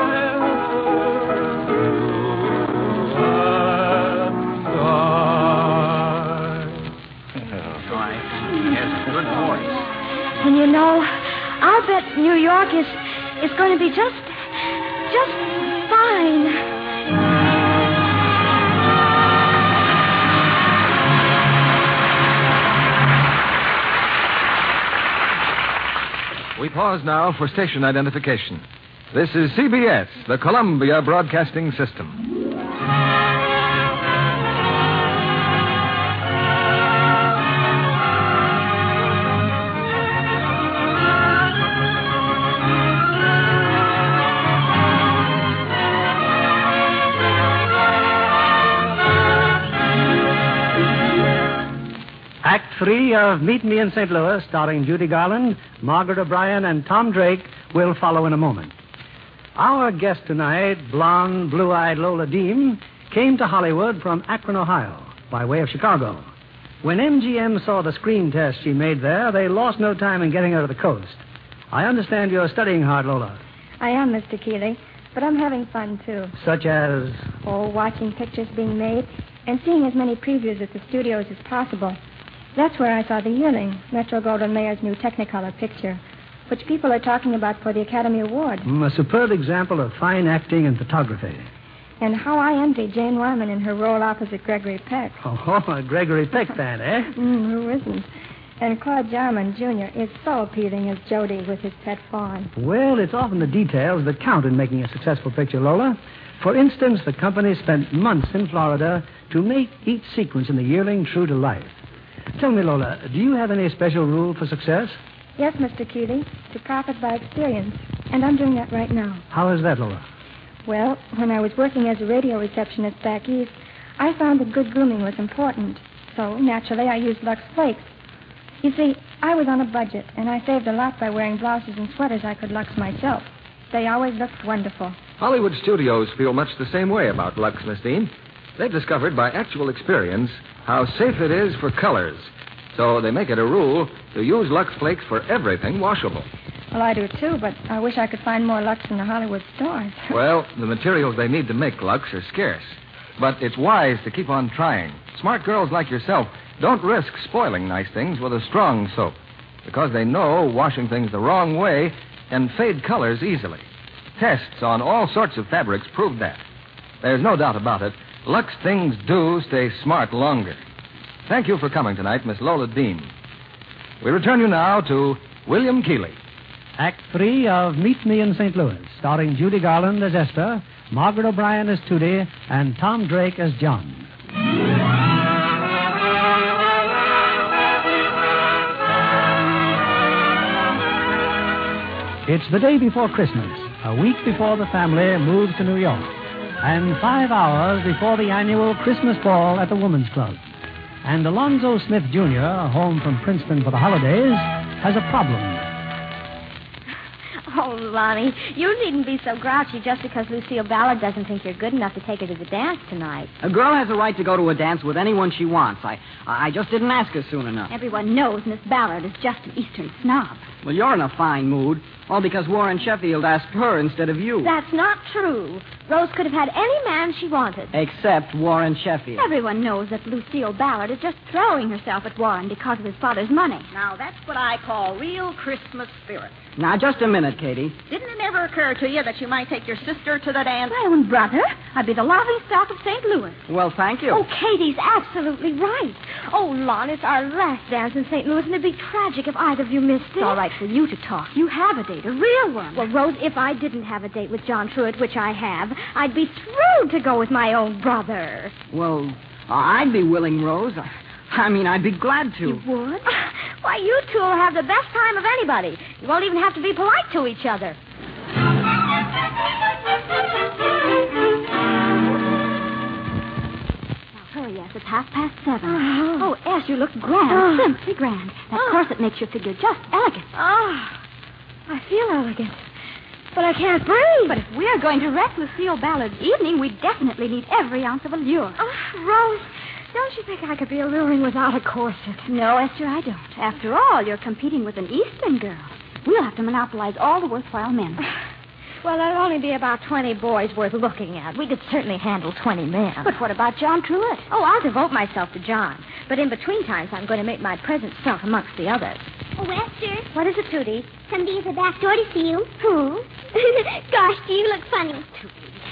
Speaker 25: And you know, I'll bet New York is is going to be just just fine.
Speaker 30: We pause now for station identification. This is CBS, the Columbia Broadcasting System.
Speaker 31: Thank you.
Speaker 2: Act three of Meet Me in St. Louis, starring Judy Garland, Margaret O'Brien, and Tom Drake, will follow in a moment. Our guest tonight, blonde, blue eyed Lola Deem, came to Hollywood from Akron, Ohio, by way of Chicago. When MGM saw the screen test she made there, they lost no time in getting her to the coast. I understand you're studying hard, Lola,
Speaker 4: I am Mr. Keeley, but I'm having fun too.
Speaker 2: such as.
Speaker 4: Oh, watching pictures being made and seeing as many previews at the studios as possible. That's where I saw The Yearling, Metro Goldwyn Mayer's new Technicolor picture, which people are talking about for the Academy Award,
Speaker 2: mm, a superb example of fine acting and photography.
Speaker 4: and how I envy Jane Wyman in her role opposite Gregory Peck.
Speaker 2: Oh, a Gregory Peck fan, eh?
Speaker 4: Mm, who isn't? And Claude Jarman, Jr. is so appealing as Jody with his pet fawn.
Speaker 2: Well, it's often the details that count in making a successful picture, Lola. For instance, the company spent months in Florida to make each sequence in The Yearling true to life. Tell me, Lola, do you have any special rule for success?
Speaker 4: Yes, Mr. Keeley, to profit by experience. And I'm doing that right now.
Speaker 2: How is that, Lola?
Speaker 4: Well, when I was working as a radio receptionist back east, I found that good grooming was important. So, naturally, I used Lux Flakes. You see, I was on a budget, and I saved a lot by wearing blouses and sweaters I could Lux myself. They always looked wonderful.
Speaker 1: Hollywood studios feel much the same way about Lux, Miss Dean. They've discovered by actual experience how safe it is for colors. So they make it a rule to use Lux Flakes for everything washable.
Speaker 4: Well, I do too, but I wish I could find more Lux in the Hollywood stores.
Speaker 1: Well, the materials they need to make Lux are scarce. But it's wise to keep on trying. Smart girls like yourself don't risk spoiling nice things with a strong soap because they know washing things the wrong way can fade colors easily. Tests on all sorts of fabrics prove that. There's no doubt about it. Lux things do stay smart longer. Thank you for coming tonight, Miss Lola Dean. We return you now to William Keeley.
Speaker 2: Act three of Meet Me in St. Louis, starring Judy Garland as Esther, Margaret O'Brien as Tootie, and Tom Drake as John. It's the day before Christmas, a week before the family moves to New York, and five hours before the annual Christmas ball at the Woman's Club. And Alonzo Smith, Jr., home from Princeton for the holidays, has a problem.
Speaker 5: Oh, Lonnie, you needn't be so grouchy just because Lucille Ballard doesn't think you're good enough to take her to the dance tonight.
Speaker 32: A girl has a right to go to a dance with anyone she wants. I, I just didn't ask her soon enough.
Speaker 33: Everyone knows Miss Ballard is just an Eastern snob.
Speaker 32: Well, you're in a fine mood, all because Warren Sheffield asked her instead of you.
Speaker 5: That's not true. Rose could have had any man she wanted.
Speaker 32: Except Warren Sheffield.
Speaker 33: Everyone knows that Lucille Ballard is just throwing herself at Warren because of his father's money.
Speaker 8: Now, that's what I call real Christmas spirit.
Speaker 32: Now, just a minute, Katie.
Speaker 8: Didn't it ever occur to you that you might take your sister to the dance?
Speaker 33: My own brother? I'd be the laughing stock of St. Louis.
Speaker 32: Well, thank you.
Speaker 5: Oh, Katie's absolutely right. Oh, Lon, it's our last dance in St. Louis, and it'd be tragic if either of you missed it.
Speaker 33: It's all right for you to talk. You have a date, a real one.
Speaker 5: Well, Rose, if I didn't have a date with John Truett, which I have, I'd be thrilled to go with my own brother.
Speaker 32: Well, I'd be willing, Rose. I, I mean, I'd be glad to.
Speaker 5: You would? Why, you two will have the best time of anybody. You won't even have to be polite to each other.
Speaker 33: Hurry, yes, it's half past seven. Oh, Ash, you look grand,
Speaker 5: Oh.
Speaker 33: simply grand. That corset makes your figure just elegant.
Speaker 8: Ah,
Speaker 5: Oh, I feel elegant, but I can't breathe.
Speaker 33: But if we're going to wreck Lucille Ballard's evening, we definitely need every ounce of allure.
Speaker 5: Oh, Rose, don't you think I could be alluring without a corset?
Speaker 33: No, Esther, I don't. After all, you're competing with an Eastern girl. We'll have to monopolize all the worthwhile men.
Speaker 5: Well, there'll only be about 20 boys worth looking at. We could certainly handle 20 men.
Speaker 33: But what about John Truett?
Speaker 5: Oh, I'll devote myself to John. But in between times, I'm going to make my presence felt amongst the others.
Speaker 34: Oh, Esther,
Speaker 5: What is it, Tootie?
Speaker 34: somebody at the back door to see you. Who? Gosh, do you look funny.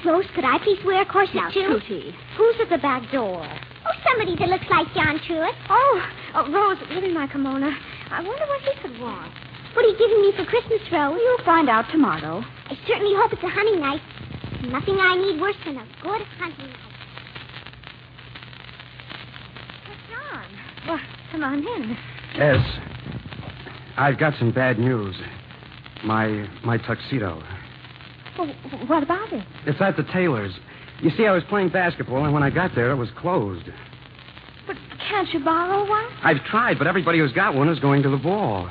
Speaker 34: Rose, could I please wear a corset
Speaker 5: Now,
Speaker 34: too?
Speaker 5: Tootie, who's at the back door?
Speaker 34: Oh, somebody that looks like John Truett.
Speaker 5: Oh, oh Rose, give me my kimono. I wonder what he could want.
Speaker 34: What are you giving me for Christmas, Rose?
Speaker 33: You'll find out tomorrow.
Speaker 34: I certainly hope it's a hunting knife. Nothing I need worse than a good hunting knife.
Speaker 5: John. Well, come on in.
Speaker 35: Yes. I've got some bad news. My my tuxedo.
Speaker 5: Well, w- what about it?
Speaker 35: It's at the tailor's. You see, I was playing basketball, and when I got there, it was closed.
Speaker 4: But can't you borrow one?
Speaker 1: I've tried, but everybody who's got one is going to the ball.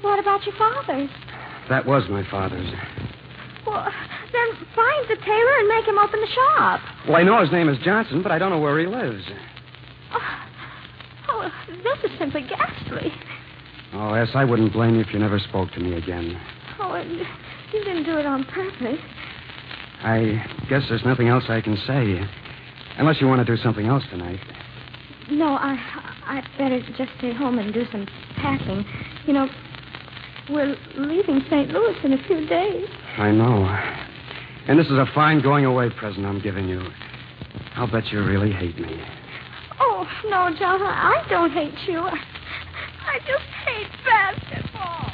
Speaker 4: What about your father's?
Speaker 1: That was my father's.
Speaker 4: Well, then find the tailor and make him open the shop.
Speaker 1: Well, I know his name is Johnson, but I don't know where he lives.
Speaker 4: Oh, this is simply ghastly.
Speaker 1: Oh, S, I wouldn't blame you if you never spoke to me again.
Speaker 4: Oh, and you didn't do it on purpose.
Speaker 1: I guess there's nothing else I can say. Unless you want to do something else tonight.
Speaker 4: No, I I'd better just stay home and do some packing. You know, we're leaving St. Louis in a few days.
Speaker 1: I know. And this is a fine going away present I'm giving you. I'll bet you really hate me.
Speaker 4: Oh, no, John, I don't hate you. Oh, I just hate basketball.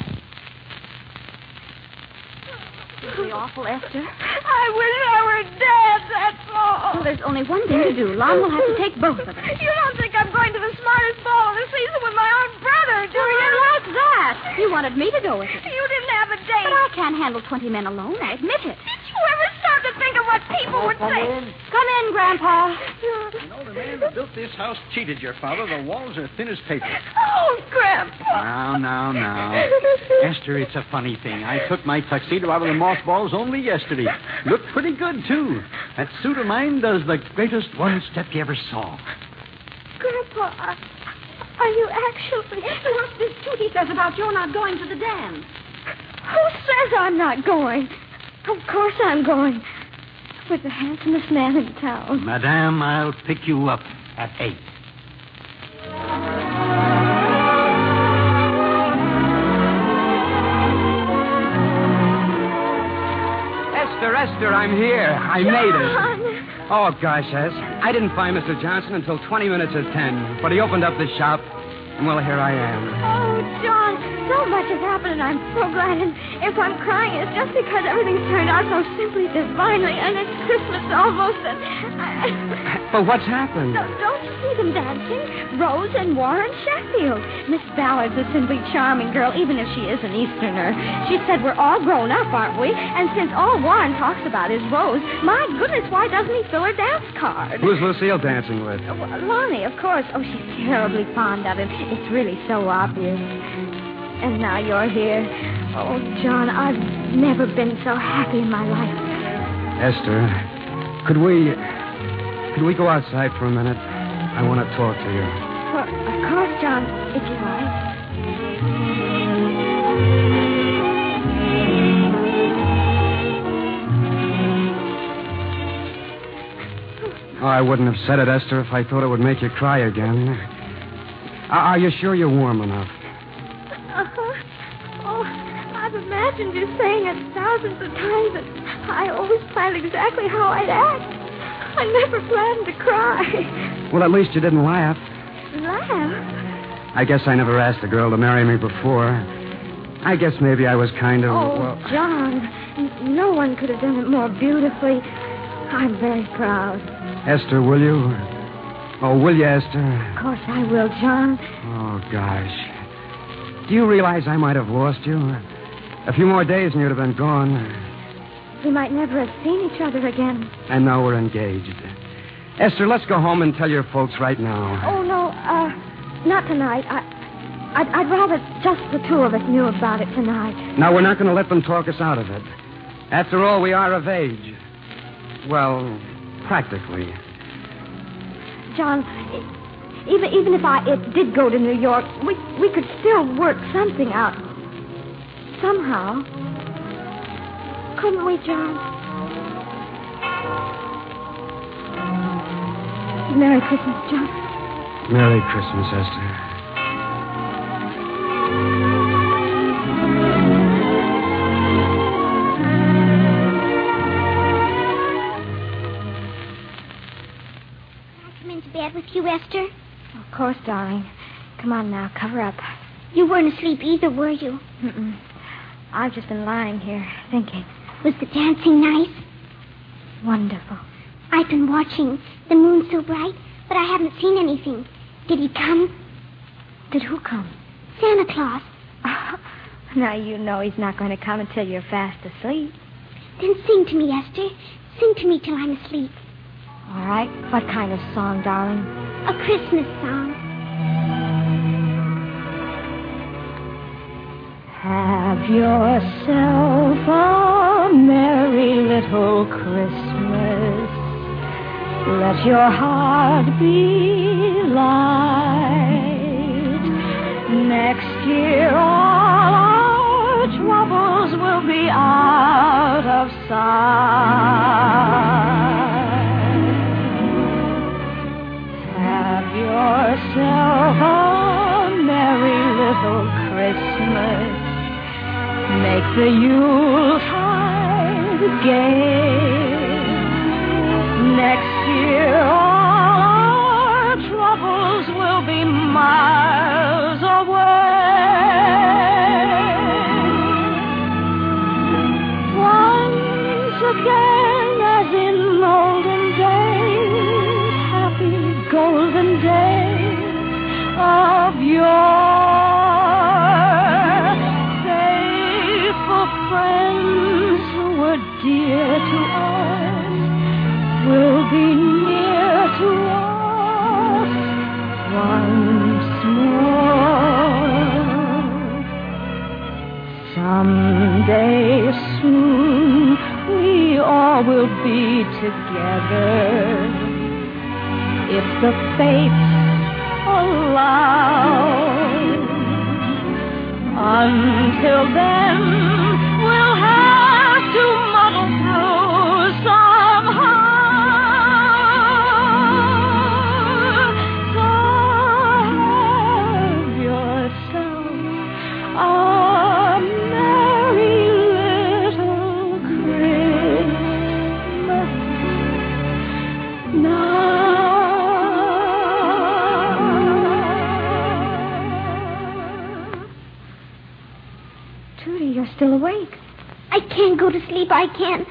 Speaker 8: Really awful, Esther.
Speaker 4: I wish I were dead, that's all.
Speaker 8: Well, there's only one thing to do. Lon will have to take both of us.
Speaker 36: You don't think I'm going to the smartest ball of the season with my own brother, do
Speaker 8: Well,
Speaker 36: you?
Speaker 8: I like that. You wanted me to go with it.
Speaker 36: You didn't have a date.
Speaker 8: But I can't handle 20 men alone. I admit it.
Speaker 36: Did you ever stop to think of what people would
Speaker 8: Come
Speaker 36: say?
Speaker 8: in. Come in, Grandpa.
Speaker 2: You know, the man who built this house cheated your father. The walls are thin as paper.
Speaker 36: Oh, Grandpa.
Speaker 2: Now, now, now. Esther, it's a funny thing. I took my tuxedo out of the mothballs only yesterday. Looked pretty good, too. That suit of mine does the greatest one step you ever saw.
Speaker 4: Grandpa, are, are you actually...
Speaker 8: What's this Tootie says about your not going to the dam?
Speaker 4: Who says I'm not going? Of course I'm going. With the handsomest man in town.
Speaker 37: Madame, I'll pick you up at eight.
Speaker 1: Esther, Esther, I'm here. I made it. Oh, gosh, S. I didn't find Mr. Johnson until 20 minutes at 10. But he opened up the shop, and well, here I am.
Speaker 4: Oh, John, so much has happened, and I'm so glad. And if I'm crying, it's just because everything's turned out so simply divinely, and it's Christmas almost, and I...
Speaker 1: But what's happened?
Speaker 4: No, don't you see them dancing? Rose and Warren Sheffield. Miss Ballard's a simply charming girl, even if she is an Easterner. She said we're all grown up, aren't we? And since all Warren talks about is Rose, my goodness, why doesn't he fill her dance card?
Speaker 1: Who's Lucille dancing with?
Speaker 4: Lonnie, of course. Oh, she's terribly fond of him. It's really so obvious. And now you're here. Oh, John, I've never been so happy in my life.
Speaker 1: Esther, could we. Could we go outside for a minute? I want to talk to you.
Speaker 4: Well, of course, John, if you like.
Speaker 1: Oh, I wouldn't have said it, Esther, if I thought it would make you cry again. Are are you sure you're warm enough?
Speaker 4: Uh-huh. Oh, I've imagined you saying it thousands of times, and I always planned exactly how I'd act. I never planned to cry.
Speaker 1: Well, at least you didn't laugh.
Speaker 4: Laugh?
Speaker 1: I guess I never asked a girl to marry me before. I guess maybe I was kind of.
Speaker 4: Oh,
Speaker 1: well,
Speaker 4: John, n- no one could have done it more beautifully. I'm very proud.
Speaker 1: Esther, will you? Oh, will you, Esther?
Speaker 4: Of course I will, John.
Speaker 1: Oh, gosh. Do you realize I might have lost you? A few more days and you'd have been gone.
Speaker 4: We might never have seen each other again.
Speaker 1: And now we're engaged. Esther, let's go home and tell your folks right now.
Speaker 4: Oh, no, uh, not tonight. I, I'd, I'd rather just the two of us knew about it tonight.
Speaker 1: Now, we're not going to let them talk us out of it. After all, we are of age. Well, practically.
Speaker 4: John, e- even, even if I it did go to New York, we, we could still work something out. Somehow. Couldn't we, John? Merry Christmas, John.
Speaker 1: Merry Christmas, Esther.
Speaker 38: Can I come into bed with you, Esther?
Speaker 4: Of course, darling. Come on now, cover up.
Speaker 38: You weren't asleep either, were you?
Speaker 4: Mm-mm. I've just been lying here thinking.
Speaker 38: Was the dancing nice?
Speaker 4: Wonderful.
Speaker 38: I've been watching. The moon's so bright, but I haven't seen anything. Did he come?
Speaker 4: Did who come?
Speaker 38: Santa Claus.
Speaker 4: Now you know he's not going to come until you're fast asleep.
Speaker 38: Then sing to me, Esther. Sing to me till I'm asleep.
Speaker 4: All right. What kind of song, darling? A Christmas song.
Speaker 5: Have yourself a merry little Christmas. Let your heart be light. Next year, all our troubles will be out of sight. Have yourself a merry little Christmas. Make the Yuletide gay. Next year, all our troubles will be miles away. Once again, as in olden days, happy golden days of yore. Faithful friends who were dear to us will be near to us once more. Someday soon we all will be together. If the fates allow. Until then, we'll have to muddle through somehow. So have yourself a merry little Christmas now.
Speaker 4: Trudy, you're still awake. I can't go to sleep. I can't.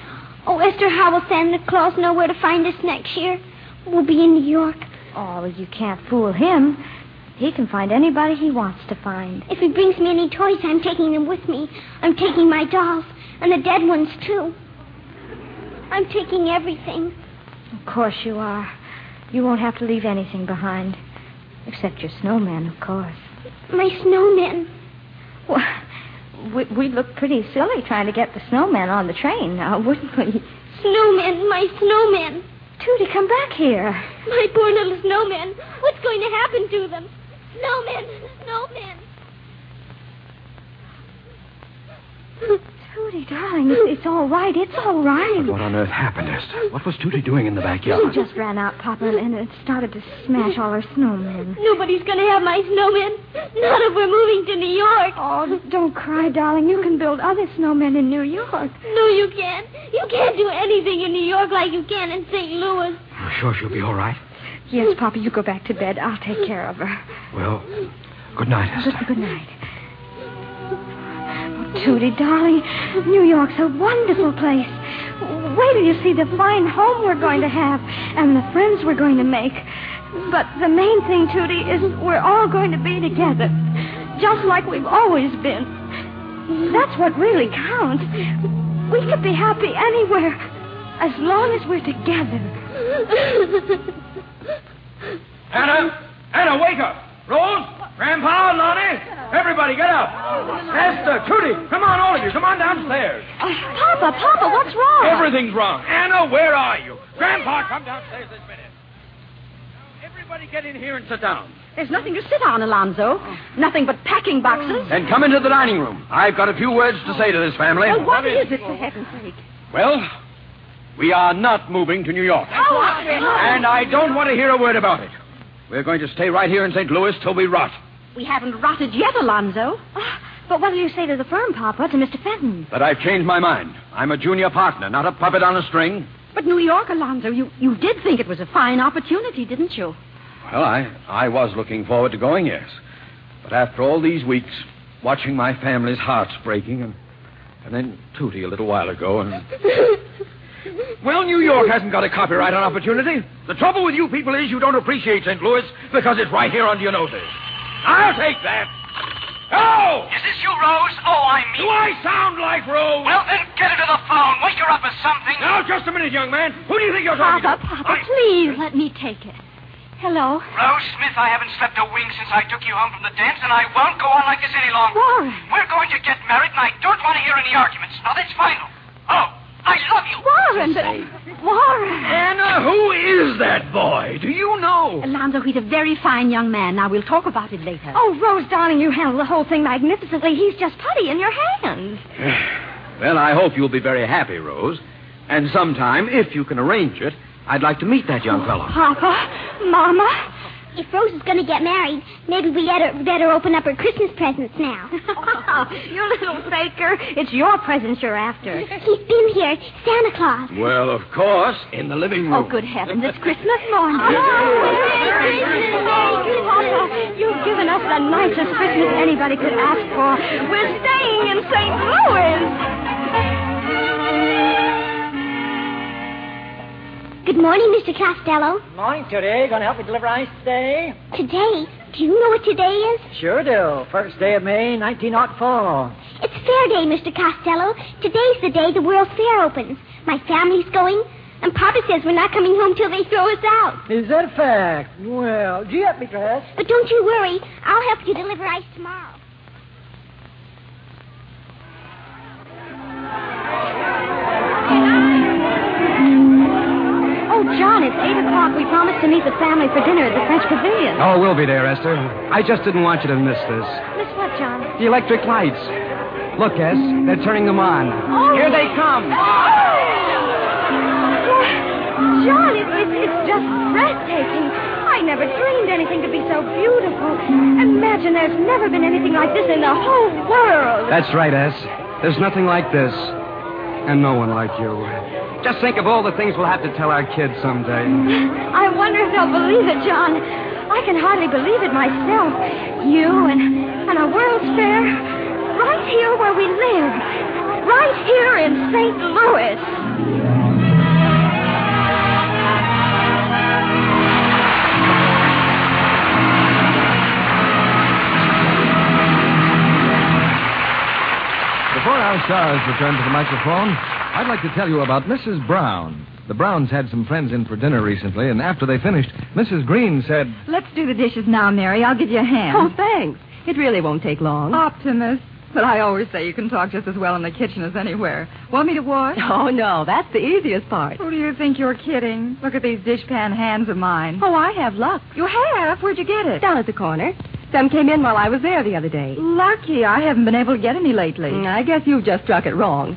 Speaker 4: Oh, Esther, how will Santa Claus know where to find us next year? We'll be in New York.
Speaker 39: Oh, well, you can't fool him. He can find anybody he wants to find.
Speaker 4: If he brings me any toys, I'm taking them with me. I'm taking my dolls, and the dead ones, too. I'm taking everything.
Speaker 39: Of course you are. You won't have to leave anything behind. Except your snowman, of course.
Speaker 4: My snowmen.
Speaker 39: Well, we, we'd look pretty silly trying to get the snowman on the train now, wouldn't we?
Speaker 4: Snowmen, my snowmen.
Speaker 39: Tootie, come back here.
Speaker 4: My poor little snowmen. What's going to happen to them? Snowmen, snowmen.
Speaker 39: Tootie, darling, it's, it's all right. It's all right.
Speaker 40: What on earth happened, Esther? What was Tootie doing in the
Speaker 39: She
Speaker 40: backyard?
Speaker 39: just ran out, Papa, and it started to smash all her snowmen.
Speaker 4: Nobody's going to have my snowmen. Not if we're moving to New York.
Speaker 39: Oh, don't cry, darling. You can build other snowmen in New York.
Speaker 4: No, you can't. You can't do anything in New York like you can in St. Louis.
Speaker 40: You're sure she'll be all right?
Speaker 39: Yes, Papa, you go back to bed. I'll take care of her.
Speaker 40: Well, good night, Esther.
Speaker 39: Good, good night. Oh, Tootie, darling, New York's a wonderful place. Wait till you see the fine home we're going to have and the friends we're going to make. But the main thing, Tootie, is we're all going to be together, just like we've always been. That's what really counts. We could be happy anywhere, as long as we're together.
Speaker 41: Anna! Anna, wake up! Rose! Grandpa, Lonnie! Everybody, get up! Esther, Trudy, come on, all of you, come on downstairs.
Speaker 39: Uh,
Speaker 5: Papa, Papa, what's wrong?
Speaker 41: Everything's wrong. Anna, where are you? Grandpa, come downstairs this minute. Now, everybody get in here and sit down.
Speaker 42: There's nothing to sit on, Alonzo. Nothing but packing boxes.
Speaker 1: Then come into the dining room. I've got a few words to say to this family.
Speaker 42: Oh, what is it, for heaven's sake?
Speaker 1: Well, we are not moving to New York.
Speaker 42: Oh, Alfred.
Speaker 1: And I don't want to hear a word about it. We're going to stay right here in St. Louis till we rot.
Speaker 42: We haven't rotted yet, Alonzo.
Speaker 8: Oh,
Speaker 39: but what did you say to the firm, Papa, to Mr. Fenton?
Speaker 1: But I've changed my mind. I'm a junior partner, not a puppet on a string.
Speaker 42: But New York, Alonzo, you, you did think it was a fine opportunity, didn't you?
Speaker 1: Well, I, I was looking forward to going, yes. But after all these weeks, watching my family's hearts breaking, and, and then Tootie a little while ago, and.
Speaker 43: Well, New York hasn't got a copyright on opportunity. The trouble with you people is you don't appreciate St. Louis because it's right here under your noses.
Speaker 41: I'll take that. Oh!
Speaker 2: Is this you, Rose? Oh, I mean.
Speaker 41: Do I sound like Rose?
Speaker 2: Well, then get her to the phone. Wake her up or something.
Speaker 41: Now, just a minute, young man. Who do you think you're talking
Speaker 42: Papa,
Speaker 41: to?
Speaker 42: Papa, please let me take it.
Speaker 5: Hello.
Speaker 44: Rose Smith, I haven't slept a wink since I took you home from the dance, and I won't go on like this any longer.
Speaker 5: Warren.
Speaker 44: We're going to get married, and I don't want to hear any arguments. Now, that's final. Oh, I love you.
Speaker 5: Warren, but... Warren.
Speaker 44: Anna,
Speaker 45: Who is that boy? Do you know?
Speaker 8: Alonzo, he's a very fine young man. Now, we'll talk about it later.
Speaker 5: Oh, Rose, darling, you handled the whole thing magnificently. He's just putty in your hands.
Speaker 46: Well, I hope you'll be very happy, Rose. And sometime, if you can arrange it, I'd like to meet that young
Speaker 8: Oh,
Speaker 46: fellow.
Speaker 5: Papa, Mama.
Speaker 4: If Rose is going to get married, maybe we let her, let her open up her Christmas presents now.
Speaker 8: you little faker. It's your presence you're after.
Speaker 4: He's been here, Santa Claus.
Speaker 45: Well, of course, in the living room.
Speaker 8: Oh, good heavens, it's Christmas morning.
Speaker 42: Oh,
Speaker 5: Merry Christmas, Papa. You've given us the nicest Christmas anybody could ask for. We're staying in St. Louis.
Speaker 4: Good morning, Mr. Costello.
Speaker 47: Morning, today. Gonna help me deliver ice today?
Speaker 4: Today, do you know what today is?
Speaker 47: Sure do. First day of May, 1904.
Speaker 4: It's Fair Day, Mr. Costello. Today's the day the World's Fair opens. My family's going, and Papa says we're not coming home till they throw us out.
Speaker 47: Is that a fact? Well, do you help me dress?
Speaker 4: But don't you worry, I'll help you deliver ice tomorrow.
Speaker 5: Oh, John, it's 8 o'clock. We promised to meet the family for dinner at the French Pavilion.
Speaker 48: Oh, we'll be there, Esther. I just didn't want you to miss this.
Speaker 5: Miss what, John?
Speaker 48: The electric lights. Look, Ess, they're turning them on.
Speaker 5: Oh.
Speaker 48: Here they come.
Speaker 5: John, it, it, it's just breathtaking. I never dreamed anything could be so beautiful. Imagine there's never been anything like this in the whole world.
Speaker 48: That's right, Ess. There's nothing like this. And no one like you. Just think of all the things we'll have to tell our kids someday.
Speaker 5: I wonder if they'll believe it, John. I can hardly believe it myself. You and, and a World's Fair right here where we live. Right here in St. Louis.
Speaker 1: Before our stars return to the microphone, I'd like to tell you about Mrs. Brown. The Browns had some friends in for dinner recently, and after they finished, Mrs. Green said,
Speaker 49: Let's do the dishes now, Mary. I'll give you a hand.
Speaker 50: Oh, thanks. It really won't take long.
Speaker 49: Optimus. But I always say you can talk just as well in the kitchen as anywhere. Want me to wash?
Speaker 50: Oh, no, that's the easiest part.
Speaker 49: Who do you think you're kidding? Look at these dishpan hands of mine.
Speaker 50: Oh, I have luck.
Speaker 49: You have? Where'd you get it?
Speaker 50: Down at the corner. Some came in while I was there the other day.
Speaker 49: Lucky. I haven't been able to get any lately.
Speaker 50: Mm, I guess you've just struck it wrong.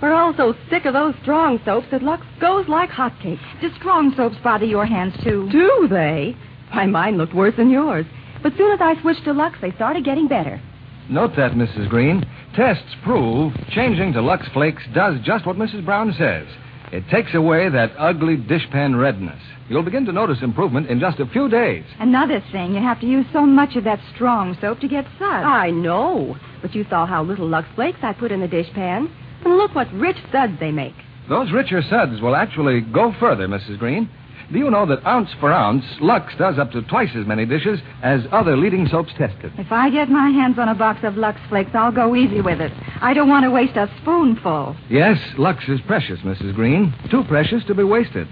Speaker 50: We're all so sick of those strong soaps that Lux goes like hotcakes.
Speaker 49: Do strong soaps bother your hands, too?
Speaker 50: Do they? Why, mine looked worse than yours. But soon as I switched to Lux, they started getting better.
Speaker 1: Note that, Mrs. Green. Tests prove changing to Lux Flakes does just what Mrs. Brown says. It takes away that ugly dishpan redness. You'll begin to notice improvement in just a few days.
Speaker 49: Another thing, you have to use so much of that strong soap to get suds.
Speaker 50: I know. But you saw how little Lux Flakes I put in the dishpan. And look what rich suds they make.
Speaker 1: Those richer suds will actually go further, Mrs. Green. Do you know that ounce for ounce, Lux does up to twice as many dishes as other leading soaps tested?
Speaker 49: If I get my hands on a box of Lux Flakes, I'll go easy with it. I don't want to waste a spoonful.
Speaker 1: Yes, Lux is precious, Mrs. Green. Too precious to be wasted.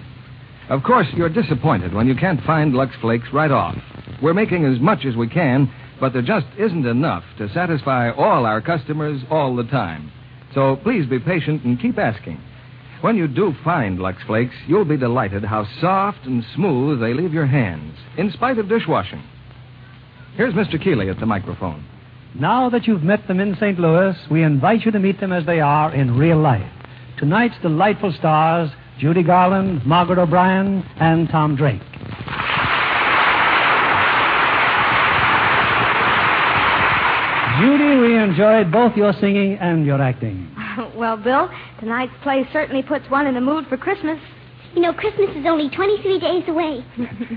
Speaker 1: Of course, you're disappointed when you can't find Lux Flakes right off. We're making as much as we can, but there just isn't enough to satisfy all our customers all the time. So please be patient and keep asking. When you do find Lux Flakes, you'll be delighted how soft and smooth they leave your hands, in spite of dishwashing. Here's Mr. Keeley at the microphone.
Speaker 2: Now that you've met them in St. Louis, we invite you to meet them as they are in real life. Tonight's delightful stars Judy Garland, Margaret O'Brien, and Tom Drake. Judy, we enjoyed both your singing and your acting.
Speaker 51: well, Bill, tonight's play certainly puts one in the mood for Christmas.
Speaker 4: You know, Christmas is only 23 days away.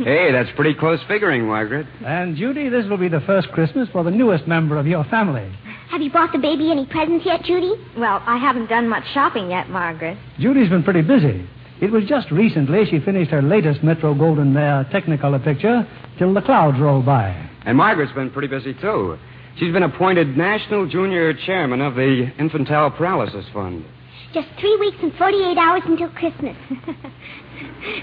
Speaker 46: Hey, that's pretty close figuring, Margaret.
Speaker 2: And, Judy, this will be the first Christmas for the newest member of your family.
Speaker 4: Have you bought the baby any presents yet, Judy?
Speaker 51: Well, I haven't done much shopping yet, Margaret.
Speaker 2: Judy's been pretty busy. It was just recently she finished her latest Metro Golden Mare Technicolor picture, Till the Clouds Roll By.
Speaker 48: And Margaret's been pretty busy, too. She's been appointed National Junior Chairman of the Infantile Paralysis Fund.
Speaker 4: Just three weeks and 48 hours until Christmas.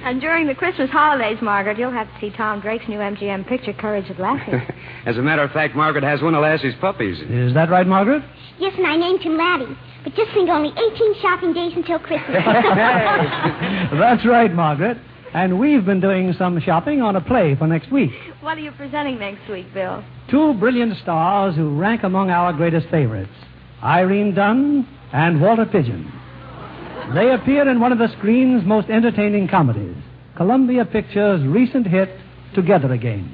Speaker 5: And during the Christmas holidays, Margaret, you'll have to see Tom Drake's new MGM picture, Courage at Lassie.
Speaker 52: As a matter of fact, Margaret has one of Lassie's puppies.
Speaker 2: Is that right, Margaret?
Speaker 4: yes, and I named him Laddie. But just think, only 18 shopping days until Christmas.
Speaker 2: That's right, Margaret. And we've been doing some shopping on a play for next week.
Speaker 5: what are you presenting next week, Bill?
Speaker 2: Two brilliant stars who rank among our greatest favorites Irene Dunn and Walter Pigeon. They appear in one of the screen's most entertaining comedies, Columbia Pictures' recent hit, Together Again.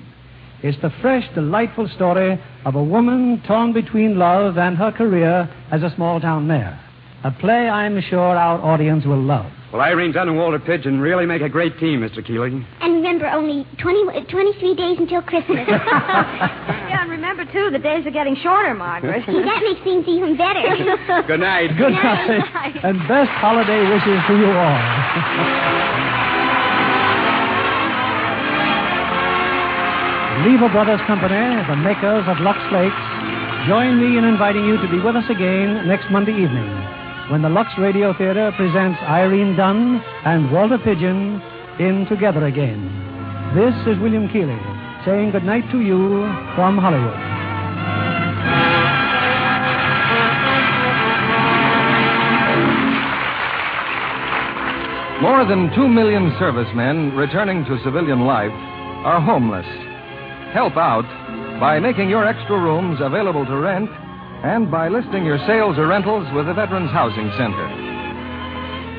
Speaker 2: It's the fresh, delightful story of a woman torn between love and her career as a small town mayor. A play I'm sure our audience will love.
Speaker 52: Well, Irene Dunn and Walter Pigeon really make a great team, Mr. Keeling.
Speaker 4: and remember, only 20, uh, 23 days until Christmas.
Speaker 5: yeah, and remember, too, the days are getting shorter, Margaret.
Speaker 4: See, that makes things even better.
Speaker 52: Good night.
Speaker 2: Good night, and best holiday wishes to you all. Lever Brothers Company, the makers of Lux Flakes, join me in inviting you to be with us again next Monday evening when the Lux Radio Theater presents Irene Dunn and Walter Pigeon in Together Again. This is William Keeley saying good night to you from Hollywood.
Speaker 1: More than two million servicemen returning to civilian life are homeless. Help out by making your extra rooms available to rent and by listing your sales or rentals with the Veterans Housing Center.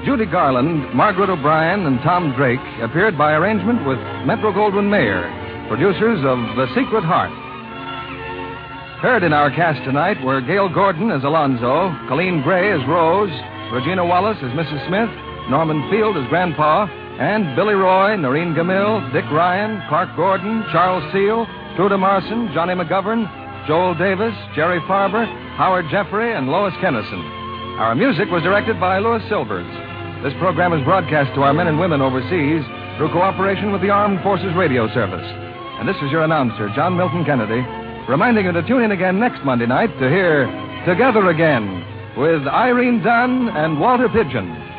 Speaker 1: Judy Garland, Margaret O'Brien, and Tom Drake appeared by arrangement with Metro Goldwyn Mayer, producers of The Secret Heart. Heard in our cast tonight were Gail Gordon as Alonzo, Colleen Gray as Rose, Regina Wallace as Mrs. Smith, Norman Field as Grandpa, and Billy Roy, Noreen Gamil, Dick Ryan, Clark Gordon, Charles Seal, Truda Marson, Johnny McGovern, Joel Davis, Jerry Farber, Howard Jeffrey, and Lois Kennison. Our music was directed by Louis Silvers. This program is broadcast to our men and women overseas through cooperation with the Armed Forces Radio Service. And this is your announcer, John Milton Kennedy, reminding you to tune in again next Monday night to hear Together Again with Irene Dunn and Walter Pigeon.